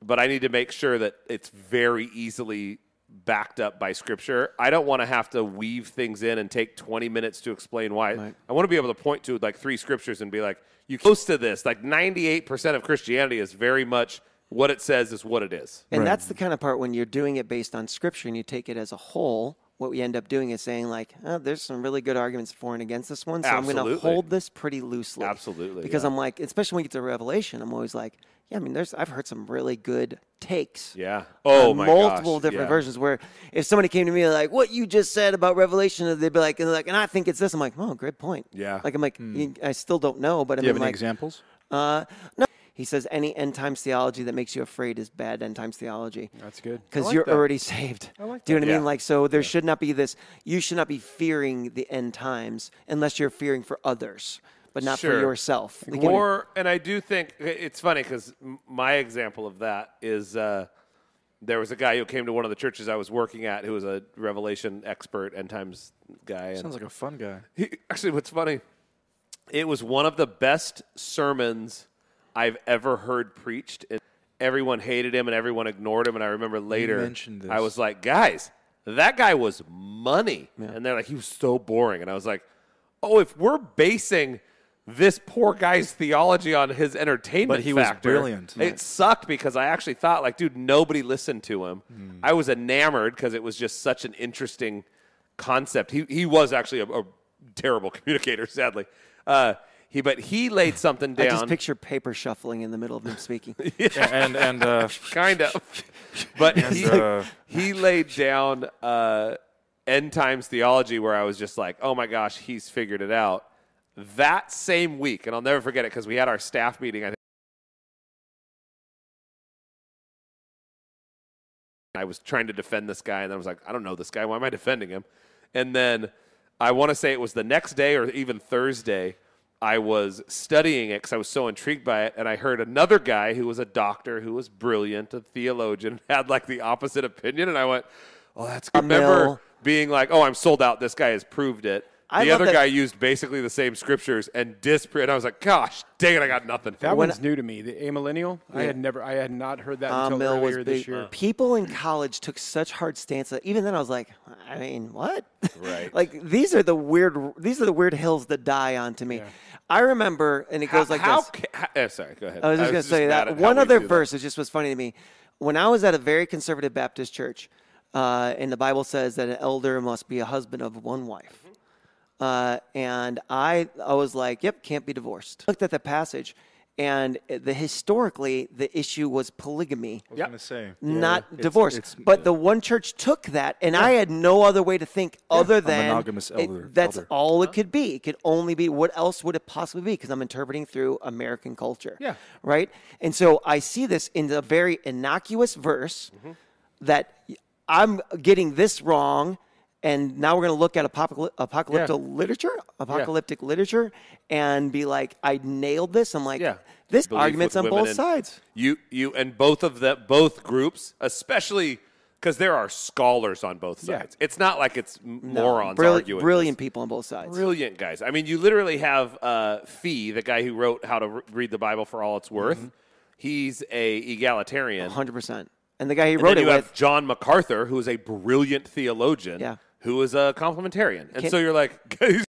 but I need to make sure that it's very easily backed up by scripture. I don't want to have to weave things in and take 20 minutes to explain why. I want to be able to point to like three scriptures and be like, you close to this. Like 98% of Christianity is very much what it says is what it is.
And that's the kind of part when you're doing it based on scripture and you take it as a whole. What we end up doing is saying like, oh, "There's some really good arguments for and against this one, so I'm going
Absolutely.
to hold this pretty loosely."
Absolutely,
because
yeah.
I'm like, especially when you get to Revelation, I'm always like, "Yeah, I mean, there's I've heard some really good takes."
Yeah. Oh
on
my
multiple
gosh,
different
yeah.
versions. Where if somebody came to me like, "What you just said about Revelation," they'd be like, and, they're like, "And I think it's this." I'm like, "Oh, great point."
Yeah. Hmm.
Like I'm like, you- I still don't know, but I
Do you
mean,
have any
like,
examples?
uh, no. He says any end times theology that makes you afraid is bad end times theology.
That's good.
Because you're already saved. Do you know what I
Yeah.
mean? Like, so there should not be this, you should not be fearing the end times unless you're fearing for others, but not
Sure.
for yourself. Like, you know-
Or, and I do think it's funny because my example of that is uh, there was a guy who came to one of the churches I was working at who was a Revelation expert, end times guy. And
Sounds like a fun guy.
he, actually, what's funny, it was one of the best sermons I've ever heard preached. And everyone hated him and everyone ignored him. And I remember later,
mentioned this.
I was like, guys, that guy was money. And they're like, he was so boring. And I was like, oh, if we're basing this poor guy's theology on his entertainment
But he was
factor,
brilliant.
It sucked because I actually thought, like, dude, nobody listened to him. I was enamored because it was just such an interesting concept. He he was actually a, a terrible communicator, sadly. Uh, he but he laid something
I
down.
just picture paper shuffling in the middle of him speaking.
and and uh,
kind of. But he,
uh,
he laid down uh, end times theology where I was just like, oh my gosh, he's figured it out. that same week, and I'll never forget it because we had our staff meeting. I think I was trying to defend this guy, and I was like, I don't know this guy. Why am I defending him? And then I want to say it was the next day or even Thursday. I was studying it because I was so intrigued by it, and I heard another guy who was a doctor who was brilliant, a theologian, had like the opposite opinion, and I went, "Oh, that's good."
Amel.
remember being like, "Oh, I'm sold out. This guy has proved it."
I
the
love that-
other guy used basically the same scriptures and disproved. And I was like, "Gosh, dang it, I got nothing."
That
When-
one's new to me. The a millennial. I had never. I had not heard that until
Amel Um, was
earlier
big.
this year.
People in college took such hard stances. Even then, I was like, I mean, what?
Right.
like these are the weird. These are the weird hills that die on to me. I remember, and it
how,
goes like
how
this.
ca- how- eh, sorry, go ahead.
I was just going to say
mad at
that
how
one
we
other
do that.
verse that just was funny to me. When I was at a very conservative Baptist church, uh, and the Bible says that an elder must be a husband of one wife,
Mm-hmm.
uh, and I I was like, yep, can't be divorced. Looked at the passage, and the historically the issue was polygamy
was going to say.
not
It's-
divorce.
it's-
but the one church took that, and I had no other way to think other than
monogamous
it-
elder-
that's
elder.
all it could be. It could only be what else would it possibly be? Because I'm interpreting through American culture.
Yeah.
Right. And so I see this in a very innocuous verse that I'm getting this wrong. And now we're going to look at apocalyptic, apocalyptic literature, apocalyptic literature, and be like, "I nailed this." I'm like,
Yeah.
"This
Belief
argument's
with
on
women
both
and-
sides."
You you and both of the both groups, especially because there are scholars on both sides. It's not like it's m- morons
Brilli-
arguing.
brilliant people on both sides.
Brilliant guys. I mean, you literally have uh, Fee, the guy who wrote How to Re- Read the Bible for All It's Worth.
Mm-hmm.
He's a egalitarian.
hundred percent. And the guy he
And
wrote
then
it
you have
with,
John MacArthur, who is a brilliant theologian,
Yeah.
who is a complementarian. And
Can-
so you're like, guys,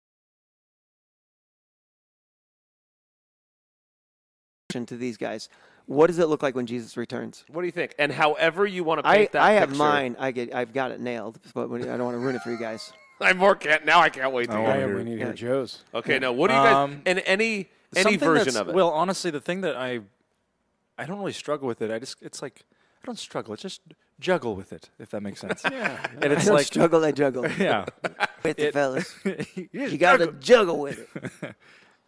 to these guys, what does it look like when Jesus returns?
what do you think? And however you want to
I,
paint that
I have
picture-
mine. I get, I've got it nailed, but when- I don't want to ruin it for you guys.
I more can't now. I can't wait to
Oh,
hear.
I
I'm
am.
here.
We need to hear
Yeah.
Joe's.
Okay, now what do you guys?
Um,
and any any
Something
version
that's-
of it?
Well, honestly, the thing that I I don't really struggle with it. I just it's like I don't struggle. It's just juggle with it, if that makes sense. yeah. And
I
it's
don't
like
struggle, I juguggle
yeah.
with the fellas. You
you
got to juggle with it.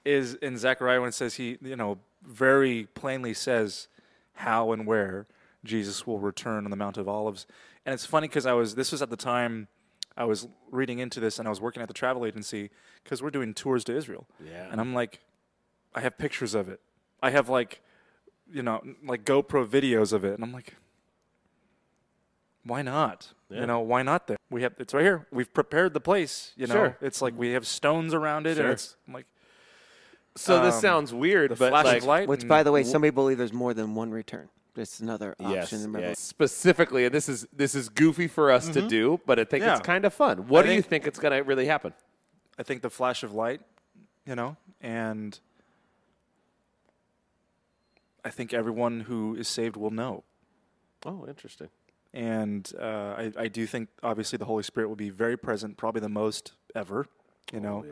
is in Zechariah when it says he, you know, very plainly says how and where Jesus will return on the Mount of Olives. And it's funny because I was, this was at the time I was reading into this and I was working at the travel agency because we're doing tours to Israel. Yeah. And I'm like, I have pictures of it. I have like, you know, like GoPro videos of it. And I'm like, why not? You know, why not there? We have, it's right here. We've prepared the place. You know,
Sure.
it's like we have stones around it.
Sure.
And it's, I'm like,
so this
um,
sounds weird, but
flash
like,
of light. Mm.
Which,
and-
by the way, some people believe there's more than one return. That's another option.
yes,
in the
yeah.
Bible.
specifically, and this is this is goofy for us to do, but I think
Mm-hmm. Yeah.
it's kind of fun. What
I
do you
think-
think it's going to really happen?
I think the flash of light, you know, and I think everyone who is saved will know.
Oh, interesting.
And uh, I, I do think, obviously, the Holy Spirit will be very present, probably the most ever, you know.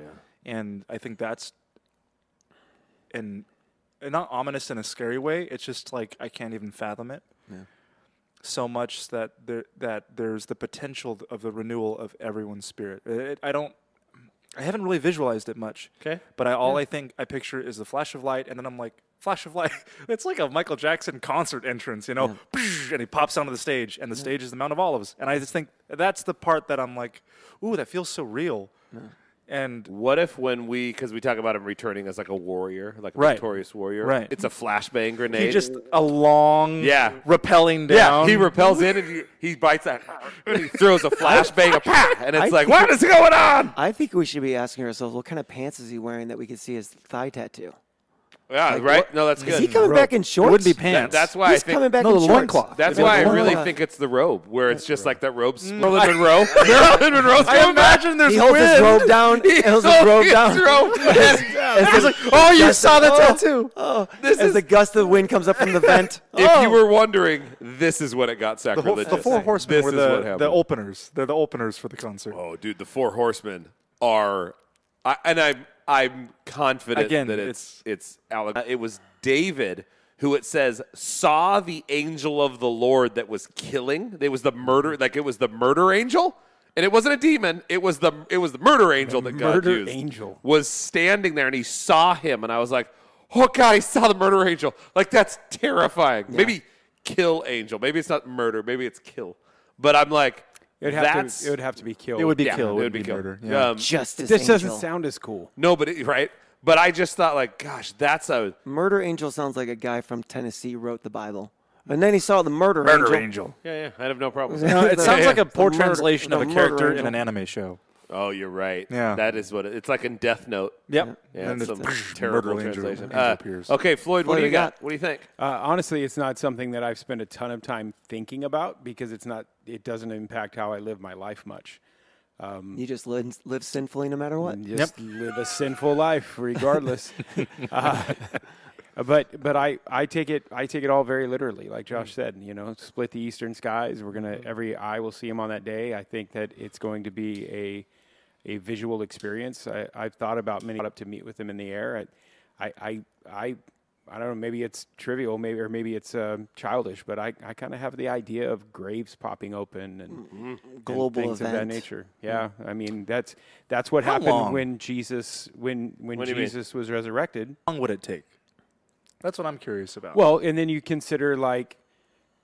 And I think that's, and, and not ominous in a scary way. It's just like I can't even fathom it. So much that there that there's the potential of the renewal of everyone's spirit. It, I don't, I haven't really visualized it much.
Okay.
But I all I think I picture is the flash of light, and then I'm like, flash of light. It's like a Michael Jackson concert entrance, you know, and he pops onto the stage, and the stage is the Mount of Olives, and I just think that's the part that I'm like, ooh, that feels so real, and
What if when we, because we talk about him returning as like a warrior, like a
Right.
victorious warrior,
Right.
It's a flashbang grenade.
he just a long,
Yeah.
rappelling
yeah,
down.
he repels in and he, he bites that. and he throws a flashbang, a pa, and it's
I
like,
think-
what is going on?
I think we should be asking ourselves, what kind of pants is he wearing that we could see his thigh tattoo?
Yeah, right. No, that's
Is
good.
he coming
Bro,
back in
it
shorts?
would be pants.
that's why I
He's
think
coming back
No,
in
the
shorts.
loincloth.
That's
Yeah,
why I
the
really
loincloth.
think it's the robe, where it's just like that robe. split. Marilyn Monroe. Marilyn Monroe's
Mm. I
coming back.
imagine there's
He holds his
wind.
robe down. He holds his robe down.
down.
It's like,
Oh, you saw the
oh,
tattoo.
Oh,
This
as
is-
the gust of wind comes up from the vent.
If you were wondering, this is when it got
The, whole,
sacrilegious.
the four horsemen
This
were
is what
the,
happened.
the openers. They're the openers for the concert.
oh, dude, the four horsemen are, I, and I'm I'm confident
Again,
that it's it's, Alec. uh, It was David who it says saw the angel of the Lord that was killing. It was the murder, like it was the murder angel. and it wasn't a demon. It was the it was the murder angel that God
murder
used.
angel.
was standing there, and he saw him, and I was like, "Oh God, he saw the murder angel! Like that's terrifying." Maybe kill angel. Maybe it's not murder. Maybe it's kill. But I'm like,
It would have
that's
to. It would have to be killed.
It would be
yeah,
kill.
It would be, kill.
murder. Yeah.
Um,
Justice
This
Angel.
doesn't sound as cool.
no, but it, right. But I just thought, like, gosh, that's a
Murder Angel sounds like a guy from Tennessee wrote the Bible. And then he saw the murder,
Murder
angel.
angel.
yeah, yeah. I have no problem.
No, it
The-
sounds like a
the
poor
murder-
translation
the
of a
murder
character in
angel.
an anime show.
Oh, you're right.
Yeah.
that is what it, it's like in Death Note.
Yep.
Yeah,
and
it's
then
some
it's
terrible
murder angel,
translation.
angel
Uh,
appears.
okay, Floyd,
Floyd,
what do you
we
got?
got-
What do you think?
Uh, honestly, it's not something that I've spent a ton of time thinking about because it's not. It doesn't impact how I live my life much.
You just live, live sinfully no matter what.
and just live a sinful life regardless. Uh, but but I, I take it I take it all very literally, like Josh said. You know, split the eastern skies. We're gonna every eye will see him on that day. I think that it's going to be a a visual experience. I, I've thought about many up to meet with him in the air. I I I, I I don't know. Maybe it's trivial, maybe or maybe it's um, childish, but I, I kind of have the idea of graves popping open and and
Global
things of that
event.
nature. Yeah, I mean that's that's what happened
long?
when Jesus when when
What do you mean?
Jesus was resurrected.
How long would it take? That's what I'm curious about.
Well, and then you consider like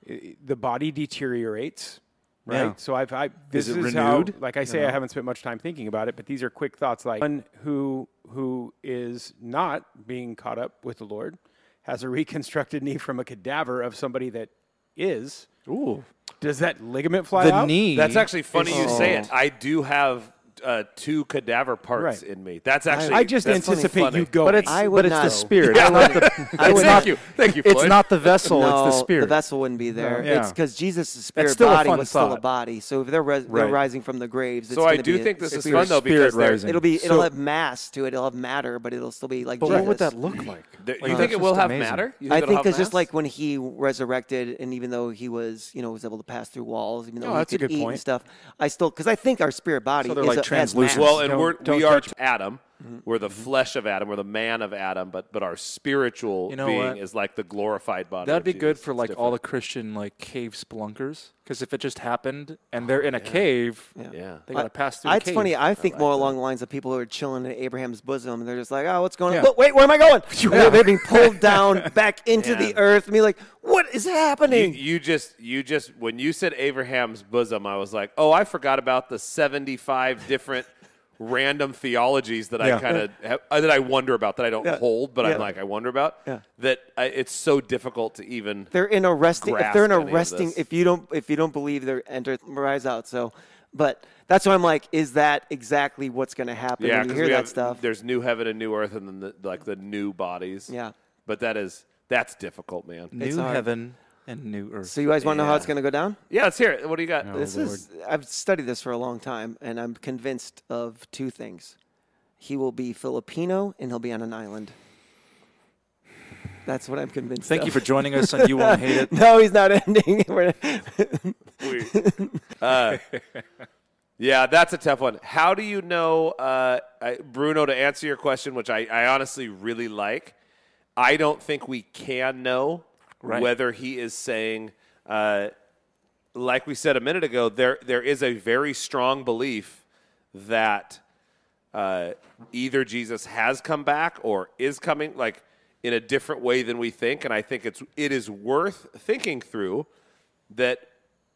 i- the body deteriorates, right?
Yeah.
So I've I, this
it
is, how
renewed?
like I say I haven't spent much time thinking about it, but these are quick thoughts. Like one who who is not being caught up with the Lord has a reconstructed knee from a cadaver of somebody that is.
Ooh.
Does that ligament fly
The
out?
knee.
That's actually funny you say
Oh.
it. I do have uh, two cadaver parts
Right.
in me. That's actually
I just
that's
anticipate
funny.
you going.
But it's
I would
but it's
not.
the spirit.
Yeah,
I love the-
I would
Thank
not.
you, thank you. Floyd.
it's not the vessel.
no,
it's the spirit.
vessel wouldn't be there.
Yeah.
It's because Jesus' spirit
still a
body
fun
was still a
thought.
body. So if they're, res- they're
Right.
rising from the graves, it's
So I
gonna
do
be a
think this is
spirit.
fun though
spirit
because they're-
rising.
It'll be. It'll
So-
have mass to it. It'll have matter, but it'll still be like.
but
Jesus.
what would that look like?
they're-
Like,
you
that's
think it
just
will have
amazing.
matter? You
I
it'll
think
have
it's just
mass?
like when he resurrected, and even though he was, you know, was able to pass through walls, even though
Oh,
he
that's a
could
good
eat
point.
and stuff. I still because I think our spirit body
So they're
is
like
a, has mass.
translucent.
well, and
Don't-
we're we
don't
are
touch-
Adam. We're the flesh of Adam. We're the man of Adam. But but our spiritual
You know
being
what?
is like the glorified body.
That'd
of
be good
Jesus.
for
It's
like
different.
all the Christian like cave spelunkers because if it just happened and they're in a cave,
Yeah.
they gotta pass through.
I-
the
it's
cave.
funny. I think more along the lines of people who are chilling in Abraham's bosom, and they're just like, "Oh, what's going on?
Yeah.
Wait, wait, where am I going?" They're, they're being pulled down back into the earth, and be like, "What is
You,
happening?"
you just you just when you said Abraham's bosom, I was like, oh, I forgot about the seventy-five different random theologies that I
Yeah.
kind of that I wonder about that I don't
Yeah.
hold, but
Yeah.
I'm like I wonder about
Yeah.
that. I, it's so difficult to even.
they're in a resting. If
Grasp
they're in a
any of
resting,
this.
if you don't, if you don't believe they're entered, rise out. So, but that's why I'm like, is that exactly what's going to happen
yeah,
when you
'cause
hear
we
that
have-
stuff?
There's new heaven and new earth, and then the, like the new bodies.
Yeah.
but that is that's difficult, man.
new
It's hard.
heaven and new earth.
So you guys want to know how it's going to go down?
Yeah, let's hear it. What do you got?
This is I've studied this for a long time, and I'm convinced of two things: he will be Filipino, and he'll be on an island. That's what I'm convinced.
Thank
of.
you for joining us on You Won't Hate It.
No, he's not ending. We're-
Uh, yeah, that's a tough one. How do you know, uh, I, Bruno, to answer your question, which I, I honestly really like? I don't think we can know
Right.
whether he is saying, uh, like we said a minute ago, there there is a very strong belief that uh, either Jesus has come back or is coming, like in a different way than we think. And I think it's it is worth thinking through that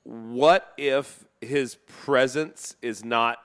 what if his presence is not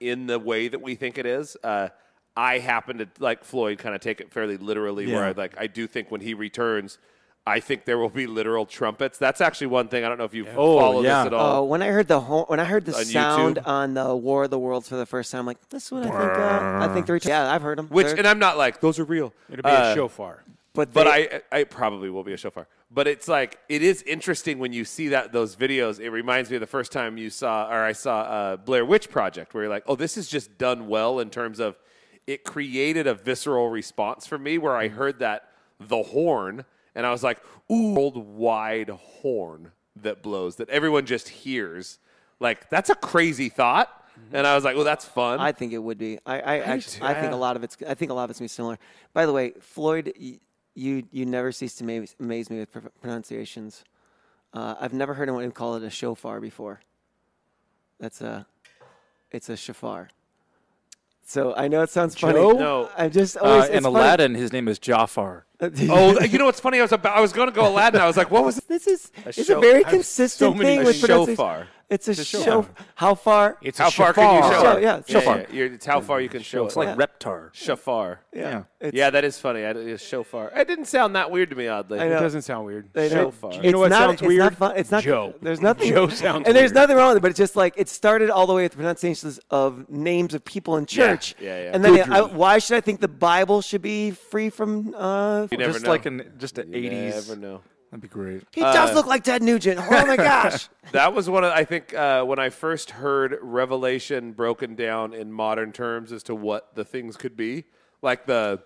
in the way that we think it is? Uh, I happen to like Floyd kind of take it fairly literally, where
Yeah.
I like I do think when he returns, I think there will be literal trumpets. That's actually one thing I don't know if you follow
yeah.
this at
Oh,
all.
when I heard the ho- when I heard the
On YouTube?
sound on the War of the Worlds for the first time, I'm like this one. I think uh, I think they're yeah, I've heard them.
Which and I'm not like those are real.
It'll be
Uh,
a shofar.
but,
but
they-
I, I it probably will be a shofar. But it's like it is interesting when you see that those videos. It reminds me of the first time you saw or I saw uh, Blair Witch Project, where you're like, oh, this is just done well in terms of it created a visceral response for me
Mm.
where I heard that the horn and I was like, ooh, world wide horn that blows that everyone just hears. Like that's a crazy thought, and I was like, well, that's fun.
Mm-hmm. I think it would be. I, I, actually, I think
yeah.
a lot of it's. I think a lot of it's gonna be similar. By the way, Floyd, y- you you never cease to amaze, amaze me with pr- pronunciations. Uh, I've never heard anyone call it a shofar before. That's a It's a shafar. So I know it sounds funny.
Joe?
No.
I'm just
Uh,
always. it's
in
funny.
Aladdin, his name is Jafar.
Oh, you know what's funny? I was about, I was going to go Aladdin. I was like, what was it?
this is it's
show-
a very
I have
consistent
so many
thing with
names.
pronunciation.
Shofar.
It's a, show. How far?
It's
How
a
far can you
shafar.
show?
Show,
it?
yeah,
yeah,
shofar.
yeah. You're- It's how far you can show.
It's
it.
like Reptar.
shafar.
Yeah.
It's-
yeah, that is funny. I, it's shofar. It didn't sound that weird to me, oddly.
I
It
know.
doesn't sound weird.
I know.
Shofar. You
know what
not,
sounds
it's Not
weird?
fun, it's not
Joe.
There's nothing.
Joe sounds
And there's
weird.
nothing wrong with it, but it's just like it started all the way with the pronunciations of names of people in church.
yeah, yeah.
And then I, why should I think the Bible should be free from? Uh,
never
just
know.
like an just an
You
eighties.
Never know.
That'd be great.
he
Uh,
does look like Ted Nugent. Oh my gosh.
That was one of I think uh, when I first heard Revelation broken down in modern terms as to what the things could be, like the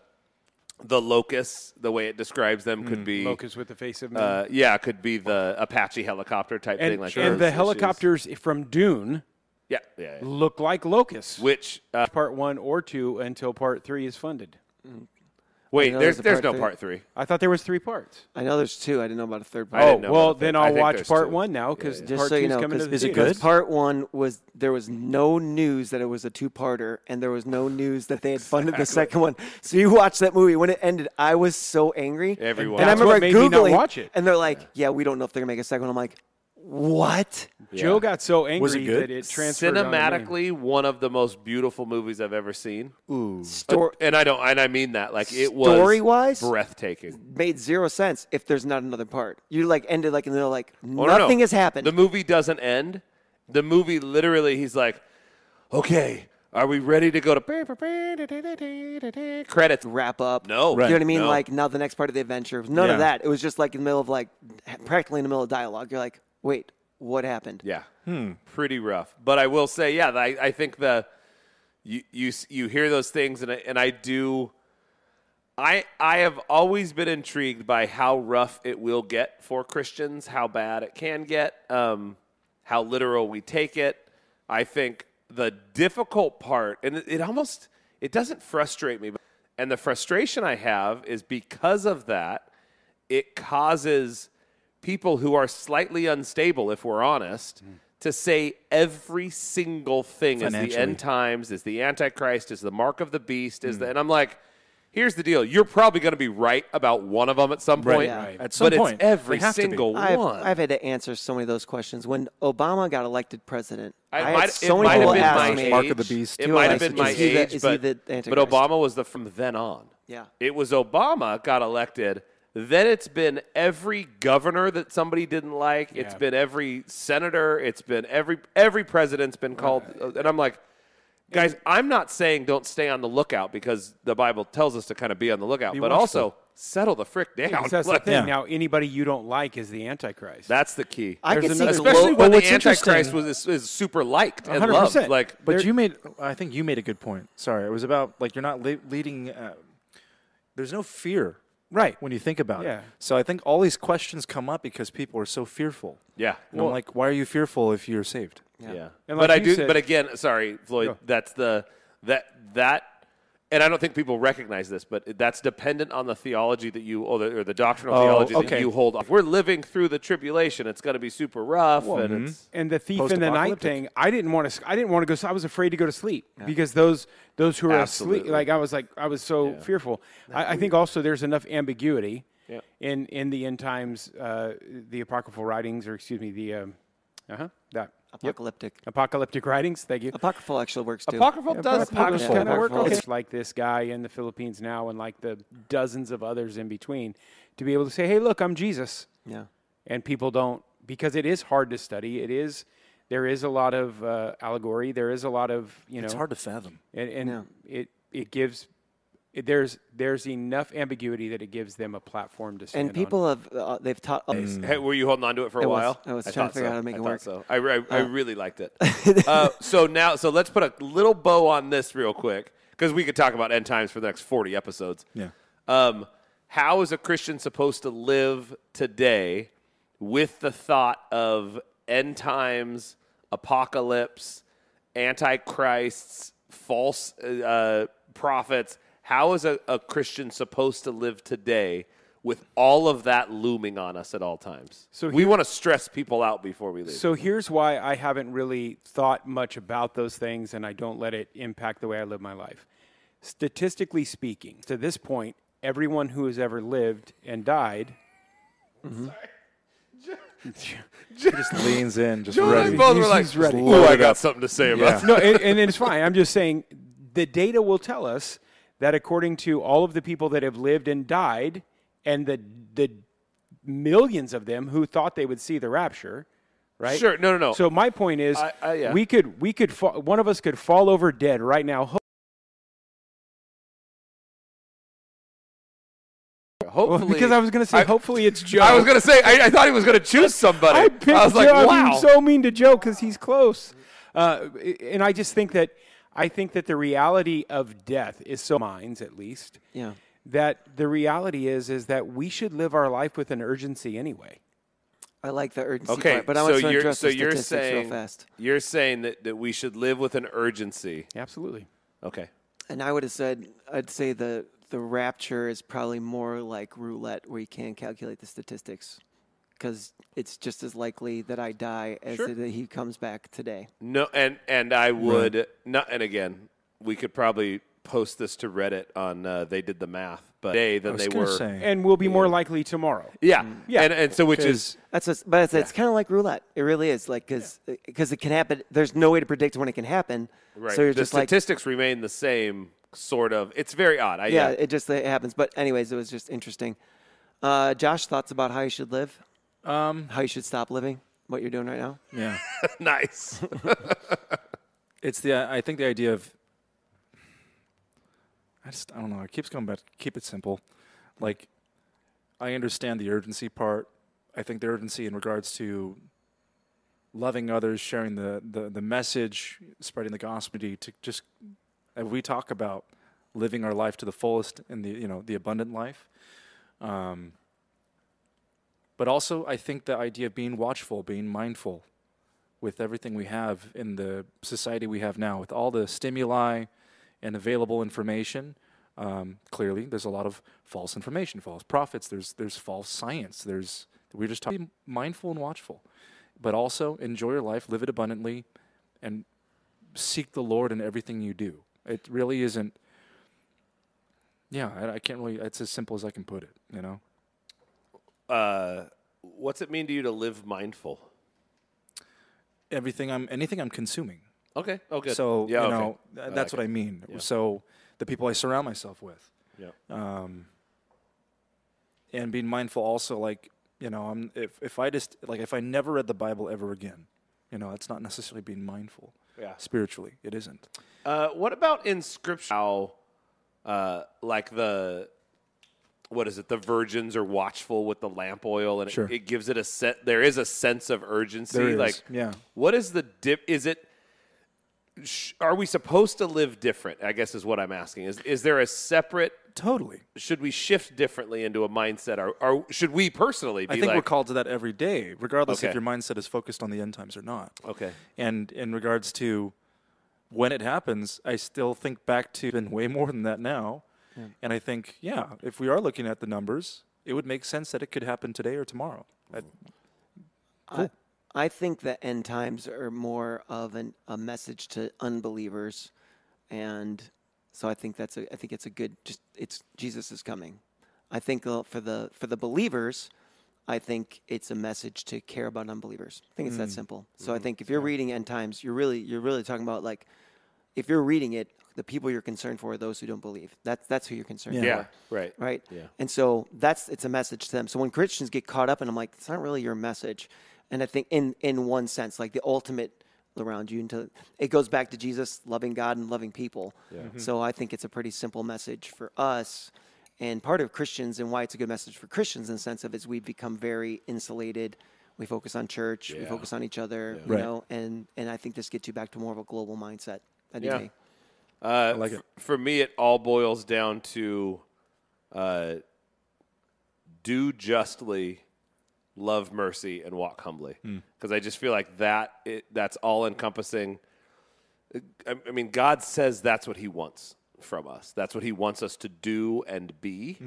the locusts, the way it describes them could be.
Locust with the face of man.
Uh, yeah, could be the Apache helicopter type
and,
thing like
and
those
the
issues.
helicopters from Dune
Yeah, yeah. yeah.
look like locusts.
Which uh,
part one or two until part three is funded.
wait,
know
there's
there's a
there's
part
no
three.
part three.
I thought there was three parts.
I know there's two. I didn't know about a third part.
I
Oh
didn't know
well,
about that.
then
I
I'll
think
watch
there's
part
two.
one now because
Just
part
so you
two's
know,
coming to the
because
theaters.
part one was there was no news that it was a two-parter, and there was no news that they had funded the second one. So you watched that movie when it ended. I was so angry.
Everyone.
and I
That's what
remember
made me
googling,
not watch it.
and they're like, "Yeah, we don't know if they're gonna make a second one." I'm like, "What?"
Joe got so angry
Was it good?
that it transferred onto me.
Cinematically, one of the most beautiful movies I've ever seen.
Story
And I don't, and I mean that. Like it was
Story-wise?
breathtaking.
made zero sense if there's not another part. You like ended like, and they're like,
Oh, no, no.
"Nothing has happened."
The movie doesn't end. The movie literally, he's like, "Okay, are we ready to go to credits?"
wrap up. you
No.
know what I
Right.
mean.
No.
Like now, the next part of the adventure. None
Yeah.
of that. It was just like in the middle of like practically in the middle of dialogue. You're like, "Wait, what happened?"
Yeah, pretty rough. But I will say, yeah, I, I think the you you s- you hear those things, and I, and I do. I I have always been intrigued by how rough it will get for Christians, how bad it can get, um, how literal we take it. I think the difficult part, and it, it almost it doesn't frustrate me, but, and the frustration I have is because of that, it causes people who are slightly unstable, if we're honest,
Mm.
to say every single thing is the
Financially.
end times, is the Antichrist, is the mark of the beast, is the,
Mm.
and I'm like, here's the deal: you're probably going to be right about one of them at some point,
Yeah. Right.
At some
but
point.
it's every
They have to be.
single
I've,
one.
I've had to answer so many of those questions. When Obama got elected president,
I
I, had
might-
so
it might
many
have
people
been
ask
my
me,
Mark of the
age.
Beast.
It
You
might
were
have been
like,
my
is he the-
age,
is he
but,
the
but
Antichrist?
Obama was the from then on.
Yeah.
it was Obama got elected. Then it's been every governor that somebody didn't like. It's
Yeah.
been every senator. It's been every every president's been called, uh, and I'm like. Guys, I'm not saying don't stay on the lookout because the Bible tells us to kind of be on the lookout, but
watchful.
also settle the frick down.
Because that's the
Like,
thing.
Yeah.
Now anybody you don't like is the antichrist.
That's the key.
I could see
another-
the
Especially
low-
Well,
when the
what's interesting-
Antichrist was is, is super liked and
100%.
loved. Like,
But
There-
you made, I think you made a good point. Sorry, it was about like you're not le- leading. Uh, there's no fear,
Right.
When you think about
Yeah.
it, so I think all these questions come up because people are so fearful.
yeah,
And I'm like, why are you fearful if you're saved?
yeah.
And
but
like
I
you
do.
said-
but again, sorry, Floyd. That's the that that, and I don't think people recognize this, but that's dependent on the theology that you or the, or the doctrinal
Oh,
theology that
okay.
you hold. If we're living through the tribulation, it's going to be super rough, and it's
and the thief in the night
Post-apocalyptic.
thing, I didn't want to. I didn't want to go. I was afraid to go to sleep because those those who are
Absolutely.
asleep, like I was, like I was so fearful. I, I think also there's enough ambiguity
Yep.
in in the end times, uh, the apocryphal writings, or excuse me, the um, uh huh that yep.
apocalyptic.
apocalyptic writings. Thank you.
Apocryphal actually works too.
apocryphal does
Apocryphal
yeah,
kind of work.
apocryphal.
It's like this guy in the Philippines now, and like the dozens of others in between, to be able to say, "Hey, look, I'm Jesus."
yeah.
and people don't because it is hard to study. It is there is a lot of uh, allegory. There is a lot of you know.
It's hard to fathom.
and, and it it gives it, there's there's enough ambiguity that it gives them a platform to stand
And people have uh, they've taught.
Hey, were you holding on to it for a
I was.
while?
I was trying to
thought
figure out how to make
I
it
thought
work. Oh.
So I, I, I really liked it. uh, so now, so let's put a little bow on this real quick because we could talk about end times for the next forty episodes.
Yeah.
Um, how is a Christian supposed to live today with the thought of end times, apocalypse, antichrists, false uh, uh, prophets? How is a, a Christian supposed to live today with all of that looming on us at all times.
So
So we
here-
want to stress people out before we leave.
So here's why I haven't really thought much about those things and I don't let it impact the way I live my life. Statistically speaking, to this point, everyone who has ever lived and died,
just leans in, just
Joe and I
ready.
both
He's-
were like,
he's ready.
"Ooh, I
Loaded
got
up."
something to say
Yeah.
about."
no, and, and it's fine. I'm just saying the data will tell us that according to all of the people that have lived and died, and the the millions of them who thought they would see the rapture, right?
Sure. No, no, no.
So my point is,
I- I- yeah.
we could we could fa- one of us could fall over dead right now. Ho-
Hopefully,
because I was going to say,
I-
hopefully it's Joe.
I was gonna say I, I thought he was gonna choose somebody.
I picked
was like,
Joe. I'm
wow.
so mean to Joe because he's close. Uh, and I just think that I think that the reality of death is so minds at least.
Yeah.
That the reality is is that we should live our life with an urgency anyway.
I like the urgency
okay,
part, but I
so
want to
you're
address
so
the
you're
statistics
saying
real fast.
you're saying that, that we should live with an urgency.
Absolutely.
Okay.
And I would have said, I'd say the the rapture is probably more like roulette, where you can't calculate the statistics, because it's just as likely that I die as
Sure.
that he comes back today.
No, and and I would not. And again, we could probably post this to Reddit on uh, they did the math, but today than
I was
they
gonna
were.
say.
And we'll be more likely tomorrow.
Yeah,
Mm.
Yeah.
and and so which is
That's just, but it's, it's kind of like roulette. It really is, like because it can happen. There's no way to predict when it can happen.
right.
So you're
the
just like,
statistics remain the same, sort of. It's very odd. I,
yeah, it just it happens. But anyways, it was just interesting. Uh, Josh, thoughts about how you should live,
Um,
how you should stop living, what you're doing right now.
yeah.
nice.
It's the I think the idea of I just I don't know. It keeps coming back. Keep it simple. Like I understand the urgency part. I think the urgency in regards to loving others, sharing the the, the message, spreading the gospel to just as we talk about living our life to the fullest and the you know the abundant life. Um, but also, I think the idea of being watchful, being mindful, with everything we have in the society we have now, with all the stimuli and available information, um, clearly there's a lot of false information, false prophets. There's there's false science. There's we're just talking be mindful and watchful, but also enjoy your life, live it abundantly, and seek the Lord in everything you do. It really isn't. Yeah, I, I can't really. It's as simple as I can put it. You know.
Uh, what's it mean to you to live mindful?
Everything I'm anything I'm consuming.
Okay. Oh, good.
So
yeah,
you
okay.
know th- that's
like
what I mean. So the people I surround myself with,
Yeah.
um, and being mindful also, like you know, I'm if if I just like if I never read the Bible ever again, you know, that's not necessarily being mindful.
Yeah.
spiritually, it isn't.
Uh, what about in scripture? How, uh, like the, what is it? The virgins are watchful with the lamp oil, and
Sure.
it, it gives it a set. There is a sense of urgency.
There is,
Like,
yeah.
What is the dip? Is it? sh- Are we supposed to live different? I guess is what I'm asking. Is is there a separate?
Totally.
Should we shift differently into a mindset? Or, or should we personally be
I think
like?
we're called to that every day, regardless
Okay.
if your mindset is focused on the end times or not.
Okay.
And in regards to when it happens, I still think back to and way more than that now. And I think, yeah, if we are looking at the numbers, it would make sense that it could happen today or tomorrow. That-
I think the end times are more of an, a message to unbelievers, and so I think that's a I think it's a good just it's Jesus is coming. I think uh, for the for the believers, I think it's a message to care about unbelievers. I think it's that simple. So I think if you're reading end times, you're really you're really talking about like if you're reading it, the people you're concerned for are those who don't believe. That's that's who you're concerned for
yeah. Right.
right?
Yeah.
And so that's it's a message to them. So when Christians get caught up, and I'm like, it's not really your message. And I think in in one sense, like the ultimate around you, until it goes back to Jesus loving God and loving people. So I think it's a pretty simple message for us. And part of Christians and why it's a good message for Christians in the sense of is we've become very insulated. We focus on church. We
Yeah.
focus on each other. You
Right.
know, and and I think this gets you back to more of a global mindset. That'd be
Yeah.
me.
Uh,
like
f-
it.
For me, it all boils down to uh, do justly, love mercy, and walk humbly.
Hmm.
Because I just feel like that it, that's all encompassing. I, I mean,
Mm-hmm.
God says that's what He wants from us. That's what He wants us to do and be.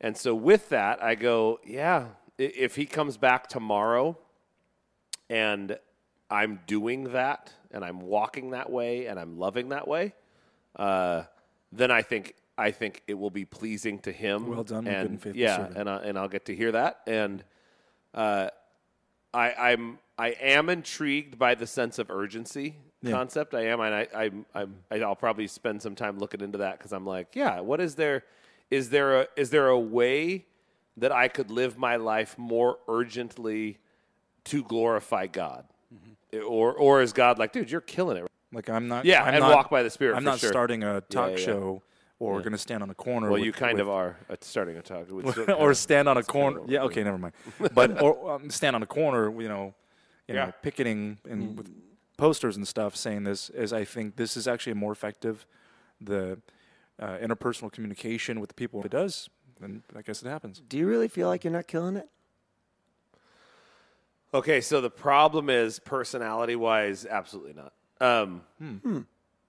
And so with that, I go, yeah, i- if he comes back tomorrow and I'm doing that and I'm walking that way and I'm loving that way, uh, then I think I think it will be pleasing to him.
Well done, my good
and
and faithful
yeah,
servant.
and I, and I'll get to hear that. And uh, I, I'm I am intrigued by the sense of urgency concept. I am, and I I'm, I'm I'll probably spend some time looking into that because I'm like, yeah, what is there? Is there a is there a way that I could live my life more urgently to glorify God, or or is God like, dude, you're killing it?
Like I'm not.
Yeah,
I'm
and
not,
walk by the Spirit,
I'm
for
not
sure.
starting a talk
yeah, yeah.
show or going to stand on a corner.
Well,
with-
you kind
with-
of are uh, starting a talk, which is-
or stand on a corner.
over
Yeah, okay, never mind. But or um, stand on a corner, you know, you
Yeah. Mm.
know, picketing and with posters and stuff saying this is. I think this is actually more effective. The uh, interpersonal communication with the people it does, then I guess it happens.
Do you really feel like you're not killing it?
Okay, so the problem is personality wise, absolutely not. Um,
Hmm.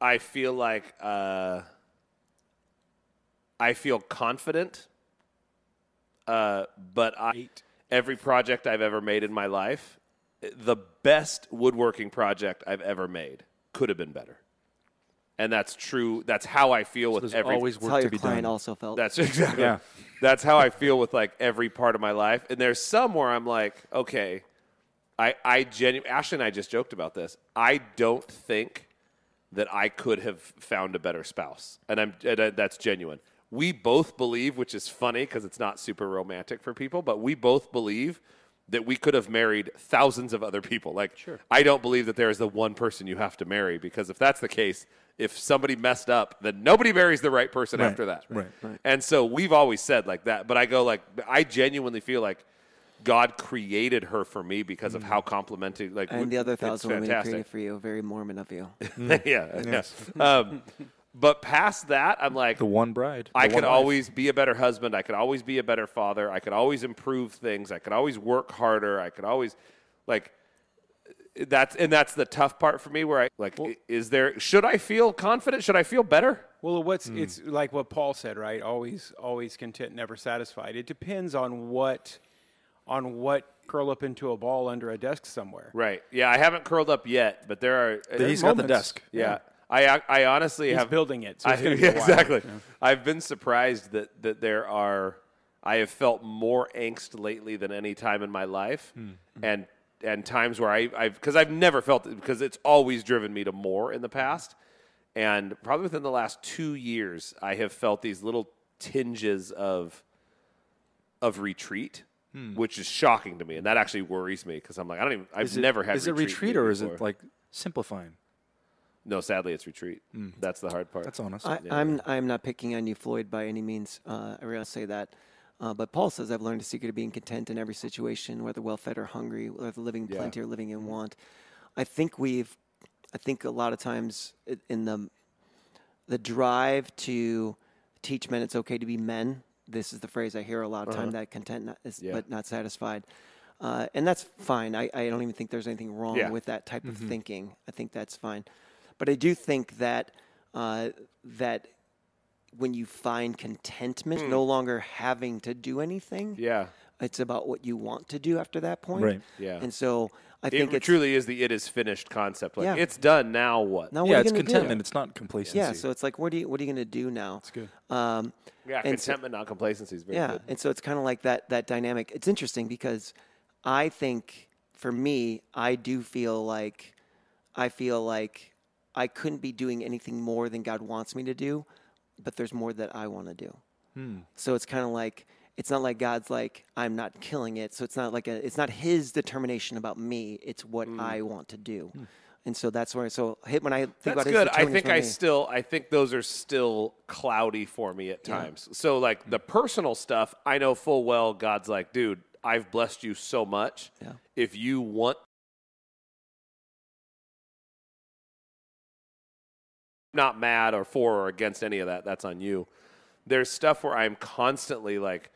I feel like uh, I feel confident, uh, but I every project I've ever made in my life, the best woodworking project I've ever made could have been better, and that's true. That's how I feel with
There's
every
always
That's
work
how
to
your
be
client
done.
also felt.
that's exactly.
Yeah.
That's how I feel with like every part of my life. And there's some where I'm like, okay, I I genu- Ashley and I just joked about this. I don't think that I could have found a better spouse, and I'm and I, that's genuine. We both believe, which is funny because it's not super romantic for people, but we both believe that we could have married thousands of other people. Like, I don't believe that there is the one person you have to marry because if that's the case, if somebody messed up, then nobody marries the right person
Right,
after that.
right, right.
And so we've always said like that, but I go like I genuinely feel like God created her for me because
Mm.
of how complimenting like
and
we-
the other
it's
thousand women he
fantastic.
created for you, very Mormon of you.
yeah, yeah. Um, but past that, I'm like,
Mm. The one bride.
I
the one
could
wife.
always be a better husband. I could always be a better father. I could always improve things. I could always work harder. I could always, like, that's and that's the tough part for me. Where I like, is there? Should I feel confident? Should I feel better?
Well, what's it's like what Paul said, right? Always, always content, never satisfied. It depends on what, on what curl up into a ball under a desk somewhere.
Right. Yeah, I haven't curled up yet, but there are.
But he's got the desk.
yeah. I I honestly
He's
have
building it, so it's
I-
gonna be
yeah,
a while.
exactly. I've been surprised that that there are. I have felt more angst lately than any time in my life,
Hmm,
and and times where I, I've because I've never felt it because it's always driven me to more in the
Hmm.
past, and probably within the last two years I have felt these little tinges of of retreat.
Hmm.
Which is shocking to me, and that actually worries me because I'm like, I don't even. I've
Is it-
never had.
Is it retreat or is it
before.
like simplifying?
No, sadly, it's retreat. That's the hard part.
Hmm. That's honest.
I, I'm I'm not picking on you, Floyd, by any means. Uh, I realize I say that, uh, but Paul says I've learned the secret of being content in every situation, whether well-fed or hungry, whether living in plenty or living
Mm-hmm.
in want. I think we've, I think a lot of times i- in the the drive to teach men it's okay to be men. This is the phrase I hear a lot of time
Uh-huh.
that content not, is, but not satisfied. Uh, and that's fine. I, I don't even think there's anything wrong
Yeah. Mm-hmm.
with that type of thinking. I think that's fine. But I do think that uh, that when you find contentment, no longer having to do anything,
Hmm. yeah.
it's about what you want to do after that point.
Right.
Yeah.
And so I think
It
it's
truly is the it is finished concept. Like
Yeah.
it's done now. What?
now what
yeah,
are you
it's
gonna do?
contentment. It's not complacency.
Yeah, so it's like, what do you what are you going to do now? That's
good.
Um,
Yeah,
and so-
contentment, not complacency is very
yeah,
good.
and so it's kind of like that that dynamic. It's interesting because I think for me, I do feel like I feel like I couldn't be doing anything more than God wants me to do, but there's more that I want to do.
Hmm.
So it's kind of like it's not like God's like I'm not killing it. So it's not like a, it's not His determination about me. It's what
Hmm.
I want to do. And so that's where. So hit when I think about
That's
his
good. I
determination
think
about
I
me.
still I think those are still cloudy for me at times. So like the personal stuff, I know full well God's like, dude, I've blessed you so much.
Yeah.
If you want not mad or for or against any of that. That's on you. There's stuff where I'm constantly like,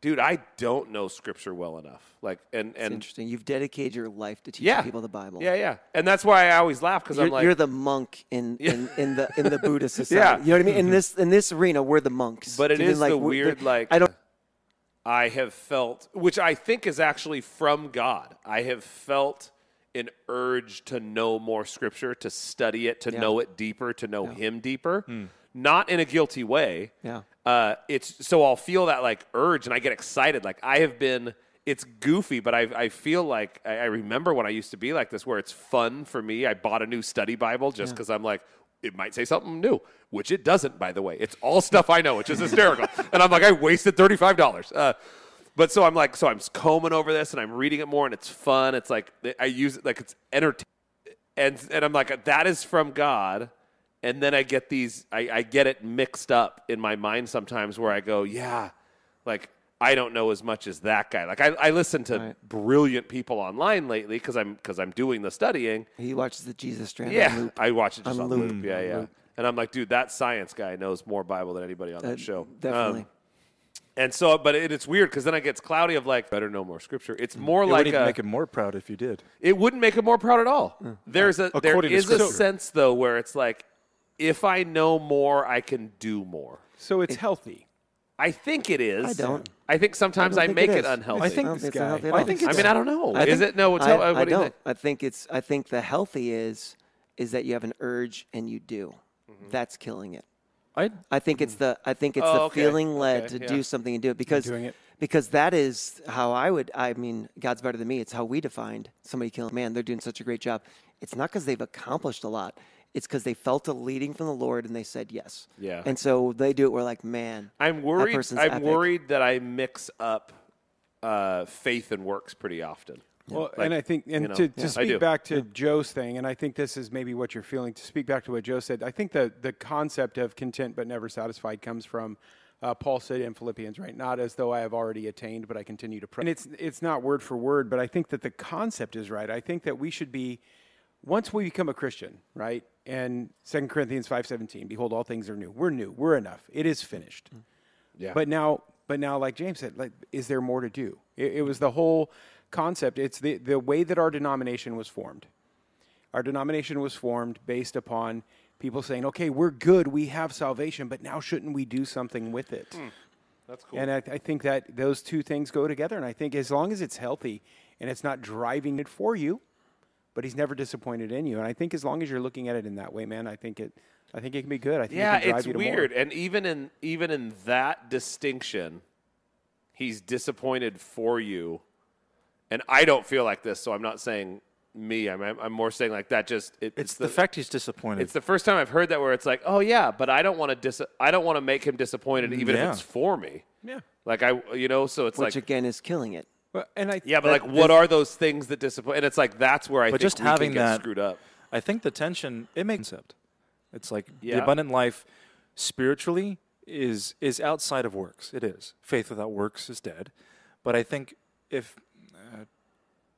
dude, I don't know scripture well enough. Like and
It's
and
interesting. You've dedicated your life to teaching
yeah,
people the Bible.
Yeah, yeah. And that's why I always laugh because
you're,
I'm like
you're the monk in,
Yeah.
in, in the in the Buddhist society.
Yeah. Mm-hmm.
You know what I mean? In this in this arena, we're the monks.
But it
Do you mean,
is the
we-
weird, like-
I don't
I have felt, which I think is actually from God, I have felt an urge to know more scripture, to study it, to know it deeper, to know Him deeper. Not in a guilty way.
Yeah.
Uh, it's so I'll feel that like urge and I get excited. Like I have been, it's goofy, but I, I feel like I, I remember when I used to be like this, where it's fun for me. I bought a new study Bible just because I'm like, it might say something new, which it doesn't, by the way. It's all stuff I know, which is hysterical. and I'm like, I wasted $35. Uh, but so I'm like, so I'm combing over this and I'm reading it more and it's fun. It's like, I use it like it's entertaining. And, and I'm like, that is from God. And then I get these, I, I get it mixed up in my mind sometimes where I go, yeah, like I don't know as much as that guy. Like I, I listen to
Right.
brilliant people online lately because I'm, because I'm doing the studying.
He watches the Jesus Strand. on
Yeah,
loop.
I watch it just
On
on
loop.
loop. Yeah, yeah. And I'm like, dude, that science guy knows more Bible than anybody on that,
Uh,
show. Um,
Definitely.
and so, but it, it's weird because then it gets cloudy of like, better know more scripture. It's more
It
like uh,
would
a,
even make him more proud if you did.
it wouldn't make him more proud at all. There's a there
According to
is a
Scripture.
sense though where it's like, if I know more, I can do more.
So it's healthy.
I think it is.
I don't.
I think sometimes I,
don't think
make
it
it,
is.
unhealthy.
I think
don't
this
think it's
guy-
unhealthy at
I
all.
think
I
it's-
mean, I don't know.
I
is
think-
it no? It's
I,
how- uh,
I
what do you
don't.
think?
I think it's. I think the healthy is, is that you have an urge and you do.
Mm-hmm.
That's killing it.
I
I think it's the. I think it's
Oh,
the
okay.
feeling led
Okay,
to
yeah.
do something and do it because
doing it.
because that is how I would. I mean, God's better than me. It's how we defined somebody killing. Man, they're doing such a great job. It's not because they've accomplished a lot. It's because they felt a leading from the Lord and they said yes.
Yeah.
And so they do it. We're like, man,
I'm
that
worried.
person's
I'm
epic.
worried that I mix up uh, faith and works pretty often.
Well,
Like,
and I think, and
you know,
to,
yeah.
to
I do.
speak back to Joe's thing, and I think this is maybe what you're feeling. To speak back to what Joe said, I think the the concept of content but never satisfied comes from uh, Paul said in Philippians, right? Not as though I have already attained, but I continue to pray. And it's it's not word for word, but I think that the concept is right. I think that we should be once we become a Christian, right? And 2 Corinthians five seventeen, behold, all things are new. We're new. We're enough. It is finished.
Mm. Yeah.
But now, but now, like James said, like, is there more to do? It, it was the whole concept. It's the, the way that our denomination was formed. Our denomination was formed based upon people saying, okay, we're good, we have salvation, but now shouldn't we do something with it?
Hmm. That's cool.
And I, I think that those two things go together. And I think as long as it's healthy and it's not driving it for you, but he's never disappointed in you. And I think as long as you're looking at it in that way, man, I think it, I think it can be good. I think
yeah,
it can drive
it's
you to more.
weird. And even in even in that distinction, he's disappointed for you. And I don't feel like this, so I'm not saying me. I'm I'm I'm more saying like that. Just it,
it's the, fact he's disappointed.
It's the first time I've heard that where it's like, oh yeah, but I don't want to dis- I don't want to make him disappointed, even
Yeah.
if it's for me.
Yeah.
Like I, you know, so it's
Which
like,
again is killing it.
Well, And I,
yeah, but
that-
like, what are those things that disappoint? And it's like that's where I
but
think
just
we can
having
get
that
screwed up.
I think the tension it makes sense. It's like
Yeah.
the abundant life spiritually is is outside of works. It is faith without works is dead. But I think if uh,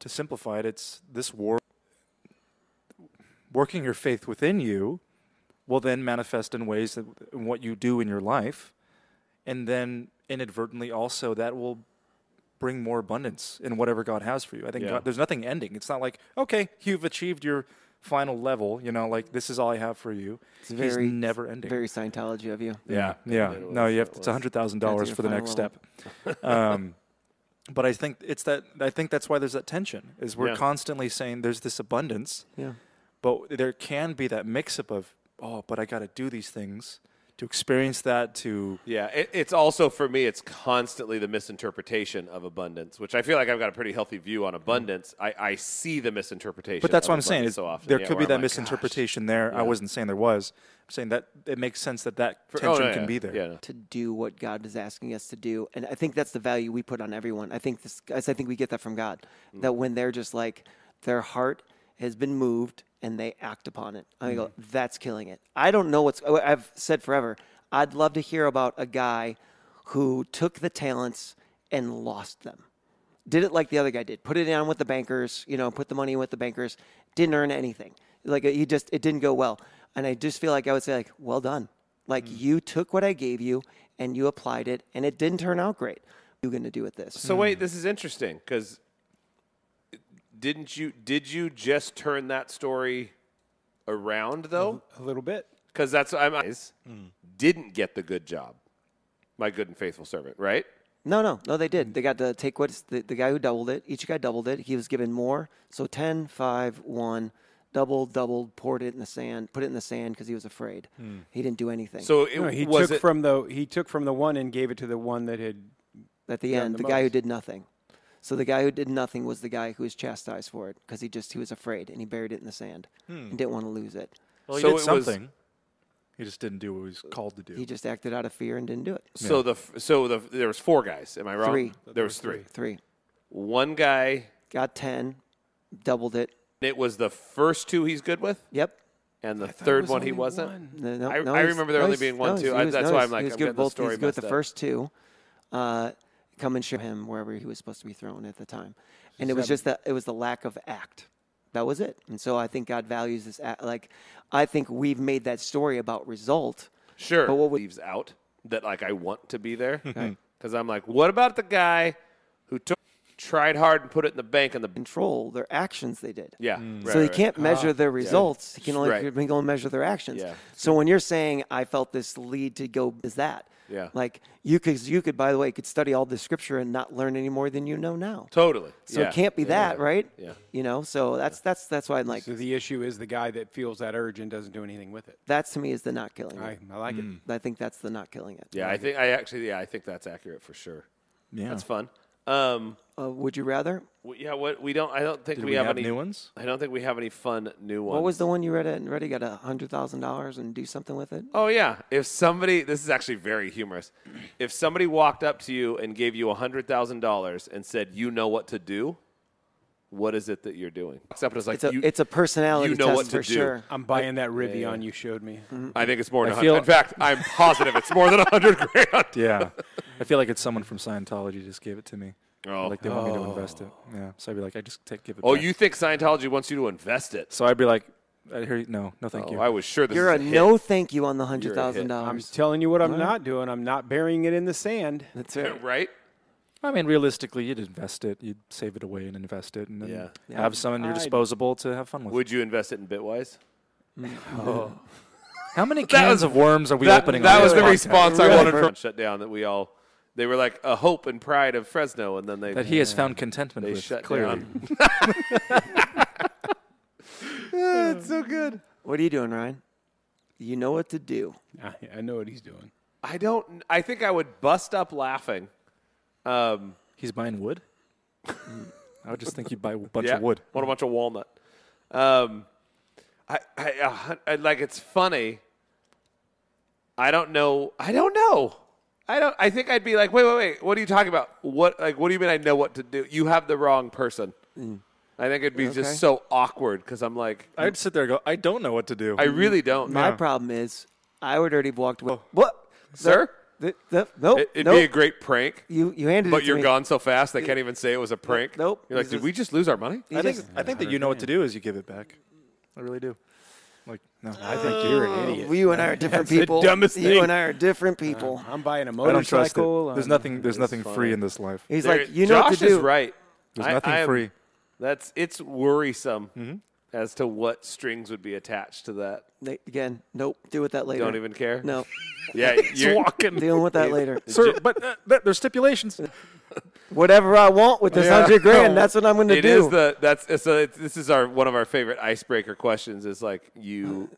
to simplify it, it's this war working your faith within you will then manifest in ways that in what you do in your life, and then inadvertently also that will bring more abundance in whatever God has for you. I think
Yeah.
God, there's nothing ending. It's not like okay, you've achieved your final level. You know, like this is all I have for you. It's
very-
He's never ending.
Very Scientology of you.
yeah, yeah. No, you have it's a hundred thousand
That's
dollars
your
for the
final
next
level.
step. Um, but I think it's that. I think that's why there's that tension. Is we're
Yeah.
constantly saying there's this abundance,
Yeah.
but there can be that mix-up of oh, but I got to do these things to experience that to
Yeah, it, it's also for me. It's constantly the misinterpretation of abundance, which I feel like I've got a pretty healthy view on abundance. I, I see the misinterpretation,
Hmm. But that's
of
what I'm saying.
abundance
Is
so often,
there
yeah,
could
where
be
I'm
that
like,
misinterpretation there. I wasn't saying there was. I'm saying that it makes sense that that
"Gosh."
tension
Oh, no,
can
yeah,
be there.
Yeah, no.
to do what God is asking us to do. And I think that's the value we put on everyone. I think this guys, I think we get that from God. That when they're just like their heart has been moved and they act upon it. I go, that's killing it. I don't know what's I- I've said forever. I'd love to hear about a guy who took the talents and lost them. Did it like the other guy did. Put it down with the bankers, you know, put the money with the bankers, didn't earn anything. Like he just it didn't go well. And I just feel like I would say like, well done. Like you took what I gave you and you applied it and it didn't turn out great. What are you gonna do with this?
Hmm.
So wait, this is interesting because didn't you did you just turn that story around though?
Mm-hmm.
a little bit.
Hmm.
Because that's I'm I didn't get the good job, my good and faithful servant, right?
No, no, no, they did. They got to take what's the, the guy who doubled it. Each guy doubled it. He was given more. So 10, 5, 1, doubled, doubled, poured it in the sand, put it in the sand because he was afraid. He didn't do anything.
So it
No, he
was
took
it-
from the he took from the one and gave it to the one that had.
at the
Yeah,
end,
the
the, guy who
most.
did nothing. So the guy who did nothing was the guy who was chastised for it because he just he was afraid and he buried it in the sand
Hmm.
and didn't want to lose it.
Well, he
So
did
it was- Uh,
something. he just didn't do what he was called to do.
He just acted out of fear and didn't do it.
so the f- so the there was four guys. Am I wrong?
Three.
There was three.
Three
One guy.
got ten, doubled it.
It was the first two he's good with,
Yep.
and the third one he wasn't.
No, no,
I-
no,
I
he's-
remember there
no,
only
he's-
being one,
no, he's-
too.
he
I-
was-
that's
no,
why
he's-
I'm like,
he was
I'm
good
getting
with
the
both.
story
he's good with the
messed up.
first two. Uh, come and shoot him wherever he was supposed to be thrown at the time, and it was just that it was the lack of act. That was it. And so I think God values this. Act. Like, I think we've made that story about result.
Sure.
But what would-
leaves out that like I want to be there because I'm like, what about the guy who took tried hard and put it in the bank and the
control their actions they did.
yeah. right,
Mm. so you
right, Uh-huh.
can't measure their results. You can only
Right.
you can only measure their actions.
Yeah.
So when you're saying I felt this lead to go is that
Yeah.
like you could you could by the way could study all the scripture and not learn any more than you know now.
Totally.
So
yeah.
it can't be that, right?
Yeah.
You know, so that's that's that's why I'm like
So the issue is the guy that feels that urge and doesn't do anything with it.
that to me is the not killing
I,
it.
I like
Hmm.
it.
I think that's the not killing it.
Yeah, I think I actually yeah I think that's accurate for sure.
yeah.
That's fun. Um,
Uh, would you rather?
w- yeah, what we don't I don't think
Did
we,
we,
have,
have
any
new ones?
I don't think we have any fun new ones.
What was the one you read it and read? You got a hundred thousand dollars and do something with it.
Oh yeah, if somebody this is actually very humorous. If somebody walked up to you and gave you hundred thousand dollars and said you know what to do, what is it that you're doing? Except it's like
It's a
you,
it's a personality
you know
test
what to
for
do.
sure.
I'm buying that Rivian you showed me.
Mm-hmm.
I think it's more than
I
100. In
feel-
fact, I'm positive it's more than 100 grand.
Yeah. I feel like it's someone from Scientology just gave it to me.
Oh.
Like they want me to invest it. Yeah. So I'd be like, I just take, give it
Oh,
back.
you think Scientology wants you to invest it?
So I'd be like, I hear you. No, no, thank
Oh,
you.
I was sure this
You're a
is a hit.
no thank you on the
hit.
hundred thousand
I'm
dollars.
telling you what I'm not doing. I'm not burying it in the sand.
That's right.
right?
I mean, realistically, you'd invest it, you'd save it away and invest it, and then
Yeah.
have some in your disposable to have fun with.
Would you invest it in Bitwise?
How many cans
was-
of worms are we
That,
opening?
that
on
was
this
the
podcast?
response I
Really?
wanted from shut down that we all they were like a hope and pride of Fresno and then they
that he has found contentment
they
with.
shut
clearly,
down.
What are you doing, Ryan? You know what to do.
I, I know what he's doing.
I don't I think I would bust up laughing. Um
he's buying wood. I would just think you'd buy a bunch
yeah,
of wood.
What a bunch of walnut. Um I, I, a hun- I like it's funny. I don't know. I don't know. I don't. I think I'd be like, wait, wait, wait. What are you talking about? What like? What do you mean? I know what to do. You have the wrong person.
Mm.
I think it'd be
Okay.
just so awkward because I'm like,
I'd sit there and go, I don't know what to do.
I really don't.
My problem is I would already have walked away. What?
Oh. Sir?
The, the, nope.
It, it'd
nope.
be a great prank,
you, you handed it
but
to
you're
me.
gone so fast they can't even say it was a prank.
Nope.
You're like,
This
did
is-
we just lose our money?
You
I think,
just-
I think that you know what to do is you give it back. Uh, I really do. Like, no, I think
You're an idiot.
you and I are different people.
dumbest
you
thing.
and I are different
Uh-huh.
people.
I'm buying a
I don't trust it.
motorcycle.
There's
I'm-
nothing. There's nothing free in this life.
He's
There-
like, you know
Josh
what to
is
do.
right.
There's
I-
nothing
I am-
free. Mm-hmm.
That's it's worrisome as to what strings would be attached to that.
They- Again, nope. Deal with that later.
Don't even care.
No.
Yeah,
It's
you're,
walking.
Dealing with that later.
Sir, but uh, th- there's stipulations.
Whatever I want with this
Yeah.
hundred grand, that's what I'm going to
it
do.
is the that's so. It's, this is our one of our favorite icebreaker questions. Is like you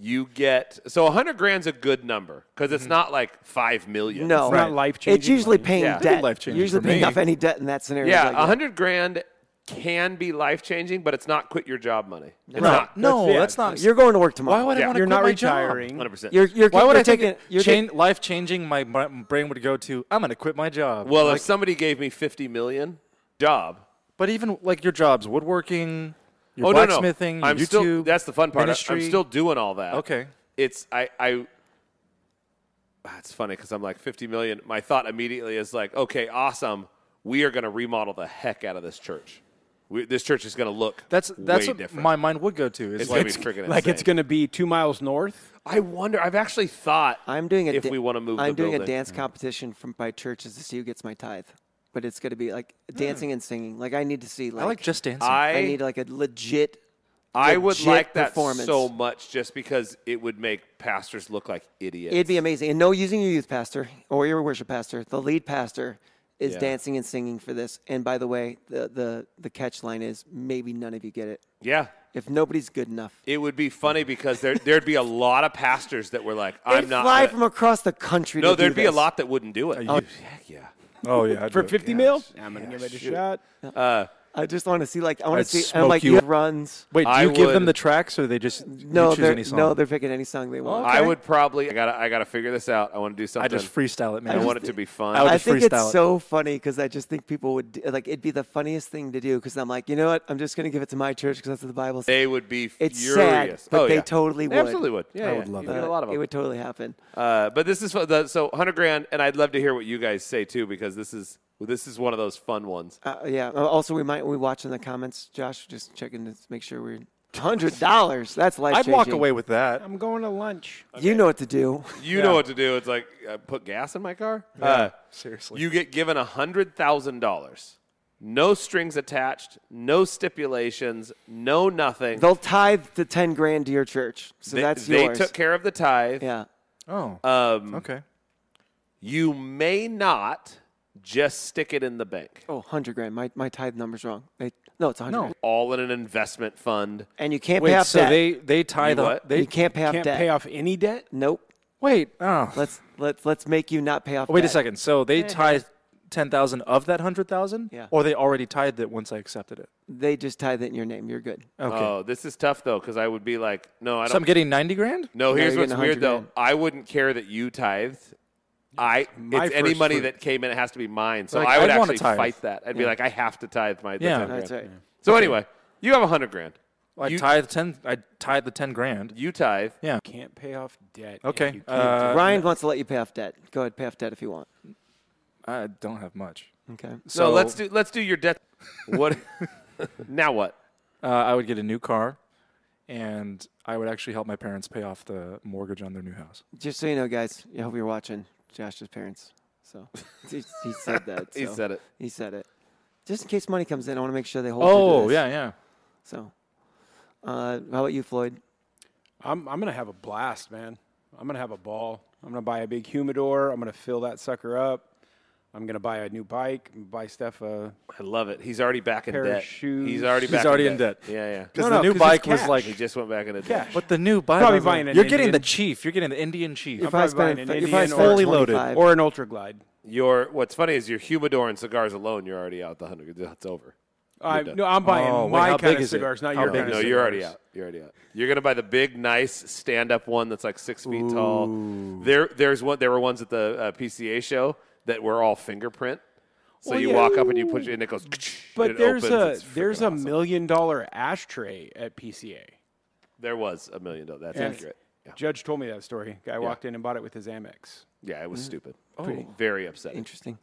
you get so hundred grand's a good number because it's not like five million.
Mm-hmm. no,
It's not Right. life-changing
It's usually
money.
paying
Yeah.
debt.
Life-changing
usually
for
paying
me.
off any debt in that scenario.
yeah,
Like,
a hundred grand can be life changing, but it's not quit your job money. It's
No.
not
No,
That's- yeah,
that's not.
You're going to work tomorrow.
why would I
Yeah.
want to
You're
quit
not
my
retiring.
job?
hundred percent.
You're, you're,
Why would
you're
I
taking,
take
you're
it?
taking-
Chain, life changing. My br- brain would go to. I'm going to quit my job.
Well, if somebody gave me fifty million job,
but even like your jobs, woodworking, your
oh no, no,
blacksmithing, your
I'm
YouTube.
still that's the fun part. I- I'm
ministry.
still doing all that.
Okay.
it's I I. Ah, It's funny because I'm like 50 million. My thought immediately is like, okay, awesome. We are going to remodel the heck out of this church. We, this church is going to look
That's that's
way
what
different.
my mind would go to. Is
it's
like
going to be freaking
Like it's
insane.
going to be two miles north.
I wonder. I've actually thought
I'm doing a
if
da-
we want to move.
I'm
the
doing
building.
a dance competition from by churches to see who gets my tithe, but it's going to be like
Hmm.
dancing and singing. Like I need to see. Like,
I like just dancing.
I
I need like a legit.
I would
legit
like that
performance.
so much just because it would make pastors look like idiots.
It'd be amazing, and no using your youth pastor or your worship pastor. The lead pastor is
Yeah.
dancing and singing for this. And by the way, the, the, the catch line is maybe none of you get it.
Yeah.
If nobody's good enough,
It would be funny because there there'd be a lot of pastors that were like, "I'm
they
not."
fly
gonna-
from across the country.
no,
to do
there'd be a
this.
lot that wouldn't do it.
Oh,
heck yeah.
Oh yeah, I'd
For
do it.
50 mil? I'm going to give it a shot.
I just want to see like I want
I'd
to see.
smoke
I'm like
you
you
up.
runs.
Wait, do
I
you give them
would-
the tracks or they just
No,
you choose
they're
any song?
no, they're picking any song they want.
I would probably. I gotta. I gotta figure this out. I want to do something.
I just freestyle it, man.
I want it to be fun.
I would
I
just
think
freestyle
it's
it.
so funny because I just think people would do- like it'd be the funniest thing to do because I'm like, you know what? I'm just gonna give it to my church because that's what the Bible says.
they would be
It's
furious.
sad, but
oh,
they
yeah.
totally
They
would.
Absolutely would. Yeah,
I
yeah.
would love
You'd get
Uh,
a lot of them.
It would totally happen.
Uh, but this is fu- the, so hundred grand, and I'd love to hear what you guys say too, because this is this is one of those fun ones.
Uh, yeah. Uh, Also, we might we watch in the comments, Josh, just checking to make sure we're hundred dollars. That's life.
I'd walk away with that.
I'm going to lunch.
You know what to do.
You know what to do. It's like uh, put gas in my car. Uh,
Seriously.
you get given hundred thousand dollars, no strings attached, no stipulations, no nothing.
They'll tithe the ten grand to your church, so
they,
that's
they
yours.
took care of the tithe.
yeah.
oh,
Um,
okay.
You may not just stick it in the bank.
Oh, 100 grand. My my tithe number's wrong. They, no, it's 100.
No.
grand.
All in an investment fund.
And you can't pay
Wait,
off
so
debt.
they they tie
the-
the
what?
they
you can't pay off
Can't
debt.
pay off any debt?
Nope.
wait. Oh,
Let's let's let's make you not pay off.
wait a
debt.
second. So they tie ten thousand of that hundred thousand,
Yeah.
or they already tied it once I accepted it.
They just tithe it in your name. You're good.
Okay,
Oh, this is tough though, because I would be like, no, I
so I'm
don't.
getting ninety grand.
no, here's
you're
what's
getting
weird
100
though.
grand.
I wouldn't care that you tithed. I it's any
first
money
fruit.
that came in, it has to be mine. So
Like,
I would
I'd wanna
actually
tithe.
fight that. I'd be like, I have to tithe my. the
Yeah.
10 grand.
That's right.
So anyway, you have a hundred grand.
I
you-
tied ten. I tied the ten grand.
You tithe.
Yeah.
Can't pay off debt. if
Okay.
you can't
Uh,
Ryan wants to let you pay off debt. Go ahead, pay off debt if you want.
I don't have much.
Okay.
So
no, let's do let's do your debt. What? now what?
Uh, I would get a new car, and I would actually help my parents pay off the mortgage on their new house.
Just so you know, guys, I hope you're watching Josh's parents. So he, he said that.
He
so.
said it.
He said it. Just in case money comes in, I want to make sure they hold. true to
Oh
this.
yeah, yeah.
So, uh, how about you, Floyd?
I'm, I'm going to have a blast, man. I'm going to have a ball. I'm going to buy a big humidor. I'm going to fill that sucker up. I'm going to buy a new bike. I'm gonna buy uh, Steph a.
I love it. He's already back in
Pair of
debt.
shoes.
He's already
He's
back
already
in
in
debt.
debt.
Yeah, yeah.
Because
no,
the new
'cause it's
bike was
cash.
like,
He just went back in the
Cash.
but the new bike.
Probably
was like-
buying an
You're getting the
Indian.
chief. You're getting the Indian chief.
You're
probably
probably
buying
spending.
an
you're probably
Indian
spending
fully loaded.
25.
Or an Ultra Glide.
Your what's funny is your humidor and cigars alone. You're already out the hundred. That's over.
I,
done.
no, I'm buying
Oh, wait,
my
how
kind
big
of
is it?
cigars, not
How
your
big
kind
no,
of
you're already
cigars.
out. You're already out. You're gonna buy the big, nice stand-up one that's like six feet tall. There, there's one. There were ones at the uh, PCA show that were all fingerprint. So
Well,
you
yeah.
walk up and you push it, and it goes. and
But
it
there's
opens. It's
a there's
freaking
a
awesome.
million dollar ashtray at PCA.
There was a million dollars. That's
And
accurate. Yeah,
Judge told me that story. Guy walked in and bought it with his Amex.
yeah, it was stupid. Oh, very upsetting.
Interesting.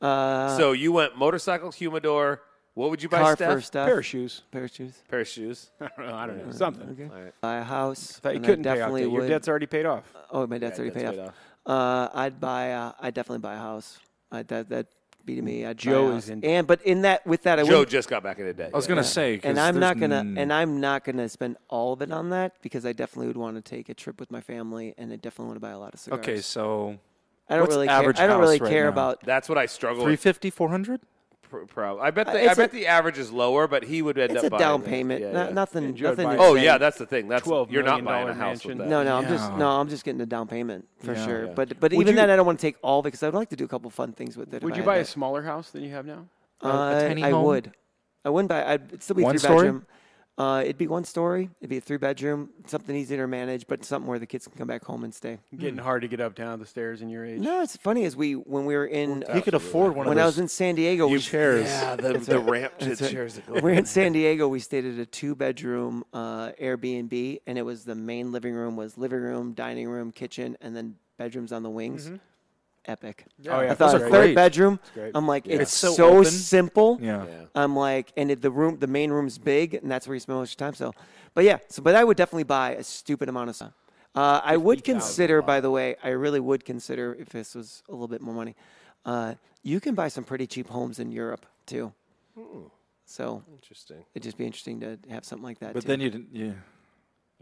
Uh,
So you went motorcycle, humidor. What would you buy,
car
Steph?
for stuff.
Pair of shoes.
Pair of shoes.
Pair of shoes.
I don't know. I don't know. Something.
Okay. Buy a house.
Thought you
and I
couldn't pay off
definitely
debt. Your
would.
debt's already paid off.
Oh, my debt's already
debt's
paid
paid
off. Uh, I'd buy. Uh, I'd definitely buy a house. I, that that be to me. I'd
Joe
buy a
is
house.
in-
and but in that with that I
Joe
would.
just got back into debt.
I was
yeah.
gonna say, 'cause
And I'm
there's
not gonna
n-
and I'm not gonna spend all of it on that because I definitely would want to take a trip with my family and I definitely want to buy a lot of cigars.
okay, so
I don't
what's
really
average
care. I don't
house
really
right
care
now?
about.
That's what I struggle with.
350, 400?
Pro- pro- I bet the, I
it's
bet
a-
the average is lower, but he would end
It's
up
a
buying
down
it.
payment.
Yeah,
not,
yeah.
Nothing.
Joe would
Nothing.
buy it.
Oh
insane.
yeah, that's the thing. That's
$12
you're not
million
buying a house
mansion.
with that.
No, no, I'm just
Yeah.
no, I'm just getting a down payment for
Yeah.
sure.
Yeah.
But but
Would
even
you-
then, I don't want to take all of it because I'd like to do a couple fun things with it. if
Would
I
you
had
buy
it.
a smaller house than you have now?
Uh,
Um, tiny
I
home?
would. I wouldn't buy. I'd it'd still be
One
three
story?
bedroom. Uh, it'd be one story. It'd be a three bedroom, something easier to manage, but something where the kids can come back home and stay.
Getting hard to get up down the stairs in your age.
No, it's funny as we when we were in uh,
He could afford one
when
of
I
those
was in San Diego. We,
chairs.
Yeah, the, the ramp to chairs. that go
we
up.
were in San Diego. We stayed at a two bedroom uh, Airbnb, and it was the main living room was living room, dining room, kitchen, and then bedrooms on the wings.
Mm-hmm.
Epic.
Oh, yeah,
I thought a
those
third
are
great.
bedroom.
great.
I'm like, it's,
It's so
so
open.
simple.
Yeah.
Yeah.
I'm like, and it, the room, the main room's big, and that's where you spend most of your time. So, but yeah, so but I would definitely buy a stupid amount of stuff. Uh, I would consider, by the way, I really would consider if this was a little bit more money. Uh, you can buy some pretty cheap homes in Europe too. So
Hmm.
Interesting.
it'd just be interesting to have something like that.
But
too.
then you didn't. Yeah.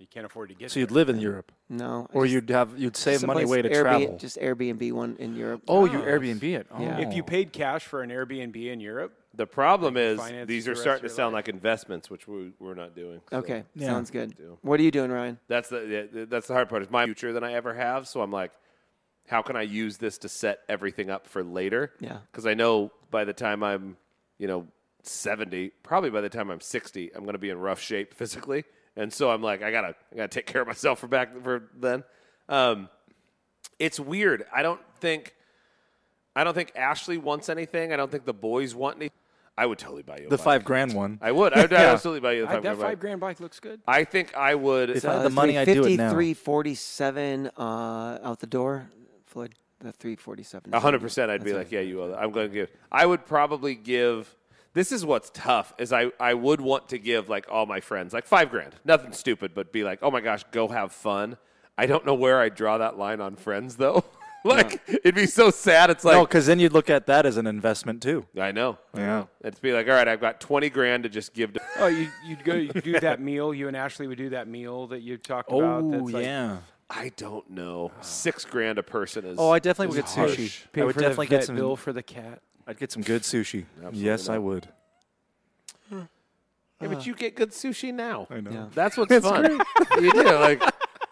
You can't afford to get.
So you'd live in Europe,
No. I
or
just-
you'd have you'd save money
someplace
way to
Airbnb-
travel.
Just Airbnb one in Europe.
oh, you Airbnb it. Oh.
Yeah.
If you paid cash for an Airbnb in Europe,
The problem is
finance
these
the
are
rest of
starting to
your
sound like investments, which we, we're not doing. so.
Okay, sounds good. What are you doing, Ryan?
That's the yeah, th- that's the hard part. It's my future than I ever have. So I'm like, how can I use this to set everything up for later?
Yeah.
Because I know by the time I'm, you know, 70, probably by the time I'm 60, I'm going to be in rough shape physically. And so I'm like, I gotta, I gotta take care of myself for back for then. Um, it's weird. I don't think, I don't think Ashley wants anything. I don't think the boys want any. I would totally buy you a
the
bike.
five grand one.
I would. I would
Yeah.
absolutely buy you the
I,
five.
that
grand
five
bike.
grand bike looks good.
I think I would.
If I had the money, I'd do it
Uh,
now.
Fifty-three forty-seven uh, out the door, Floyd. The three forty-seven.
A hundred percent. I'd be like, yeah, you owe that. I'm going to give. I would probably give. This is what's tough is I, I would want to give like all my friends like five grand, nothing stupid, but be like, oh my gosh, go have fun. I don't know where I draw that line on friends though. like it'd be so sad. It's
No,
like
because then you'd look at that as an investment too.
I know.
Yeah.
It'd be like, all right, I've got twenty grand to just give. to
Oh, you, you'd go you'd do that meal. You and Ashley would do that meal that you talked about.
Oh
that's like-
yeah.
I don't know. Six grand a person is.
Ah. Oh, I definitely would get
Harsh.
sushi.
Pay
I would
for
definitely
the vet
get some.
bill for the cat.
I'd get some good sushi. yes, I would.
Yeah, but you get good sushi now.
ah. I know.
Yeah.
That's what's fun. you do like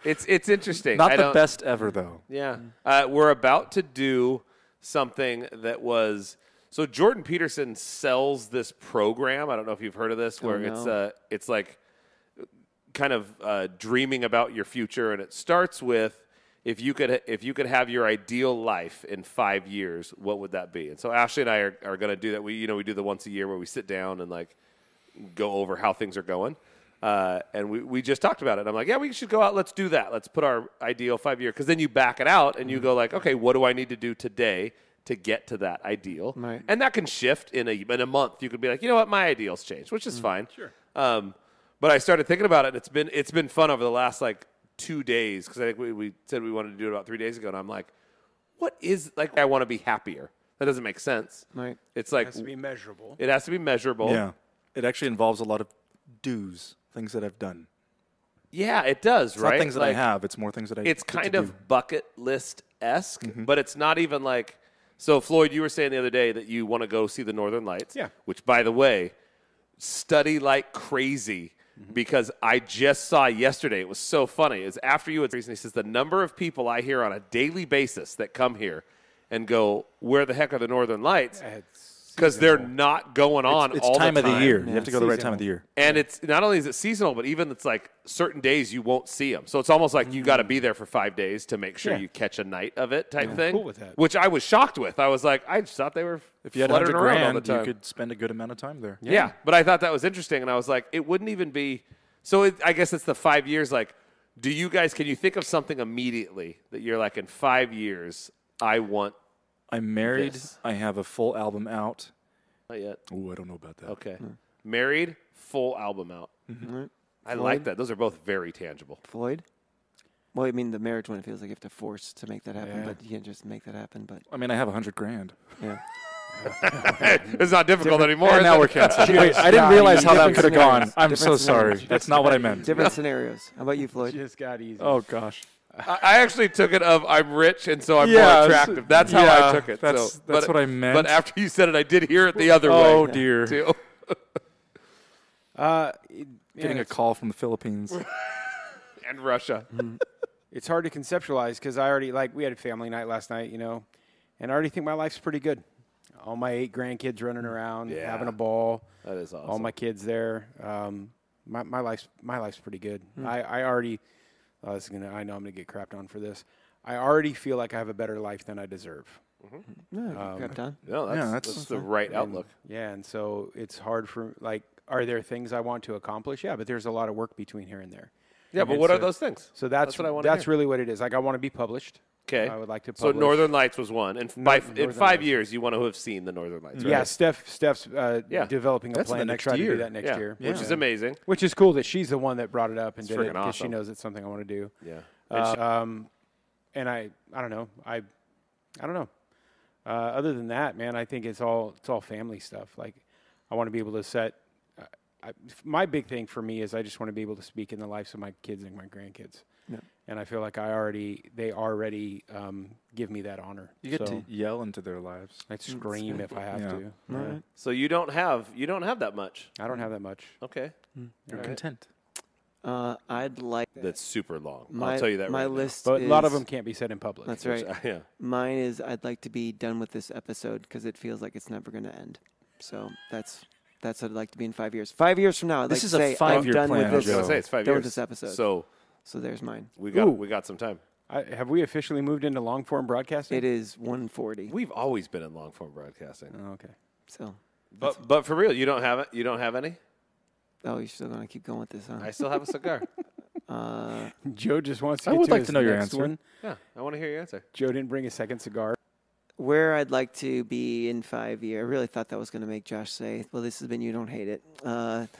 it's it's interesting.
Not
I
the
don't-
best ever though.
Yeah. Uh, we're about to do something that was. So Jordan Peterson sells this program. I don't know if you've heard of this, where it's
no.
uh, it's like kind of uh, dreaming about your future, and it starts with if you could if you could have your ideal life in five years, what would that be? And so Ashley and I are, are going to do that. We you know we do the once a year where we sit down and like go over how things are going. Uh, and we, we just talked about it. I'm like, yeah, we should go out. Let's do that. Let's put our ideal five year. Because then you back it out and you go like, okay, what do I need to do today to get to that ideal?
Right.
And that can shift in a in a month. You could be like, you know what, my ideals changed, which is fine. Sure. Um, but I started thinking about it. And it's been it's been fun over the last like two days because I think we, we said we wanted to do it about three days ago. And I'm like, what is like I want to be happier? That doesn't make sense.
Right.
It's like
Has to be measurable.
it has to be measurable.
Yeah. It actually involves a lot of do's, things that I've done.
Yeah, it does,
It's
right?
not things that
Like,
I have. It's more things that I.
It's
get to
kind
do. Mm-hmm.
of bucket list esque, but it's not even like. So, Floyd, you were saying the other day that you want to go see the Northern Lights.
Yeah.
Which, by the way, study like crazy
Mm-hmm.
because I just saw yesterday. It was so funny. Is after you had reason he says the number of people I hear on a daily basis that come here and go, "Where the heck are the Northern Lights?"
It's-
Because they're not going on
It's
all
time
the
of
time
the year. You have to go the right
Seasonal.
time of the year.
and it's not only is it seasonal, but even it's like certain days you won't see them. So it's almost like you
Mm.
got to be there for five days to make sure
Yeah.
you catch a night of it type thing.
cool with that.
Which I was shocked with. I was like, I just thought they were
If you had
fluttering
100
around all the
grand,
time.
you could spend a good amount of time there.
yeah. but I thought that was interesting, and I was like, it wouldn't even be. So it, I guess it's the five years. Like, do you guys can you think of something immediately that you're like in five years I want?
I'm married.
This.
I have a full album out.
Not yet.
Ooh, I don't know about that.
Okay, married, full album out.
Mm-hmm.
I like that. Those are both very tangible.
Floyd. Well, I mean, the marriage one it feels like you have to force to make that happen, but you can't just make that happen. But
I mean, I have a 100 grand.
yeah,
It's not difficult anymore.
Mm. and
is
now
it?
we're canceled. Wait, I
Yeah,
didn't realize how that
different
could have gone.
scenarios.
I'm
Different
so sorry.
scenarios.
That's not what I meant.
different scenarios. How about you, Floyd?
just got easy.
Oh, gosh.
I I actually took it of I'm rich and so I'm more
Yeah, so-
attractive. That's how I
yeah,
took it.
that's-
so,
that's
but,
what I meant.
But after you said it, I did hear it the other
Oh,
way.
dear.
Too.
Uh, it- yeah,
Getting a
it's-
call from the Philippines.
And Russia.
it's hard to conceptualize because I already like we had a family night last night, you know, and I already think my life's pretty good. All my eight grandkids running
Mm,
around,
Yeah.
having a ball.
That is
All
awesome.
my kids there. Um, my, my life's my life's pretty good.
Hmm.
I, I already. Oh, this is gonna. I know I'm gonna get crapped on for this. I already feel like I have a better life than I deserve.
No,
um,
got done.
No, that's,
Yeah,
that's,
that's-
the right outlook.
Yeah, and so it's hard for like, are there things I want to accomplish? Yeah, but there's a lot of work between here and there.
Yeah, but
And
what are
so-
those things?
So that's
That's what I wanna
that's
hear.
really what it is. Like I want to be published.
Okay.
I would like to.
So
Publish.
Northern Lights was one. And by, in
Northern
five
Lights.
years, you want to have seen the Northern Lights. Right?
Yeah, Steph. Steph's uh,
Yeah.
developing a
That's in
plan
the
to
next
try to do
year.
that next
Yeah,
year,
Which is amazing.
which is cool that she's the one that brought it up and did it
friggin'
because she
awesome.
knows it's something I want to do.
Yeah.
Uh, um, and I, I don't know. I, I don't know. Uh, other than that, man, I think it's all it's all family stuff. Like, I want to be able to set. I- I, my big thing for me is I just want to be able to speak in the lives of my kids and my grandkids. And I feel like I already, they already um, give me that honor.
You get
So
to yell into their lives.
I scream if I have
Yeah.
to. Yeah.
So you don't have you don't have that much.
I don't have that much.
Okay,
You're content.
Uh, I'd like
that's super long.
my,
I'll tell you that.
my
right now.
list.
But a lot of
is-
them can't be said in public.
That's right.
yeah.
Mine is I'd like to be done with this episode because it feels like it's never going to end. So that's that's what I'd like to be in five years. Five years from now, I'd
This
like
is
to
a
say
five-year
I'm done
plan,
with this.
I was gonna
So-
say it's five
done
years.
with this episode. So,
So
there's mine.
we got
Ooh.
we got some time.
I, have we officially moved into long form broadcasting?
It is 140.
We've always been in long form broadcasting.
Oh, okay.
So
But but for real, you don't have it. You don't have any.
oh, you're still going to keep going with this, huh?
I still have a cigar.
Uh,
Joe just wants to
I
get
would
to
like
his
to know your
next
answer.
one.
yeah, I want to hear your answer.
Joe didn't bring a second cigar.
where I'd like to be in five years. I really thought that was going to make Josh say, "Well, this has been you don't hate it." Uh,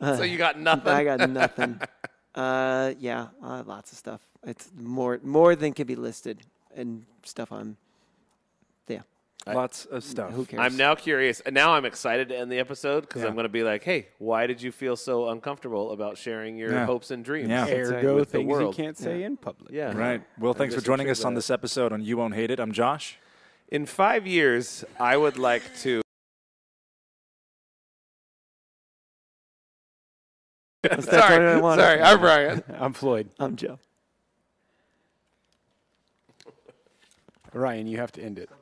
So you got nothing.
I got nothing. Uh, yeah, uh, lots of stuff. It's more more than can be listed and stuff on. Yeah,
Lots of stuff.
who cares?
I'm now curious. and Now I'm excited to end the episode because I'm going to be like, "Hey, why did you feel so uncomfortable about sharing your
Yeah.
hopes and dreams?"
Yeah.
Ergo,
With the
things you
world.
can't say in public.
Yeah.
Right. Well, thanks for
just
joining
intrigued
us
by
on
that.
this episode on You Won't Hate It. I'm Josh.
In five years, I would like to.
That's what I wanted.
sorry, I'm Ryan.
I'm Floyd.
I'm Joe.
Ryan, you have to end it.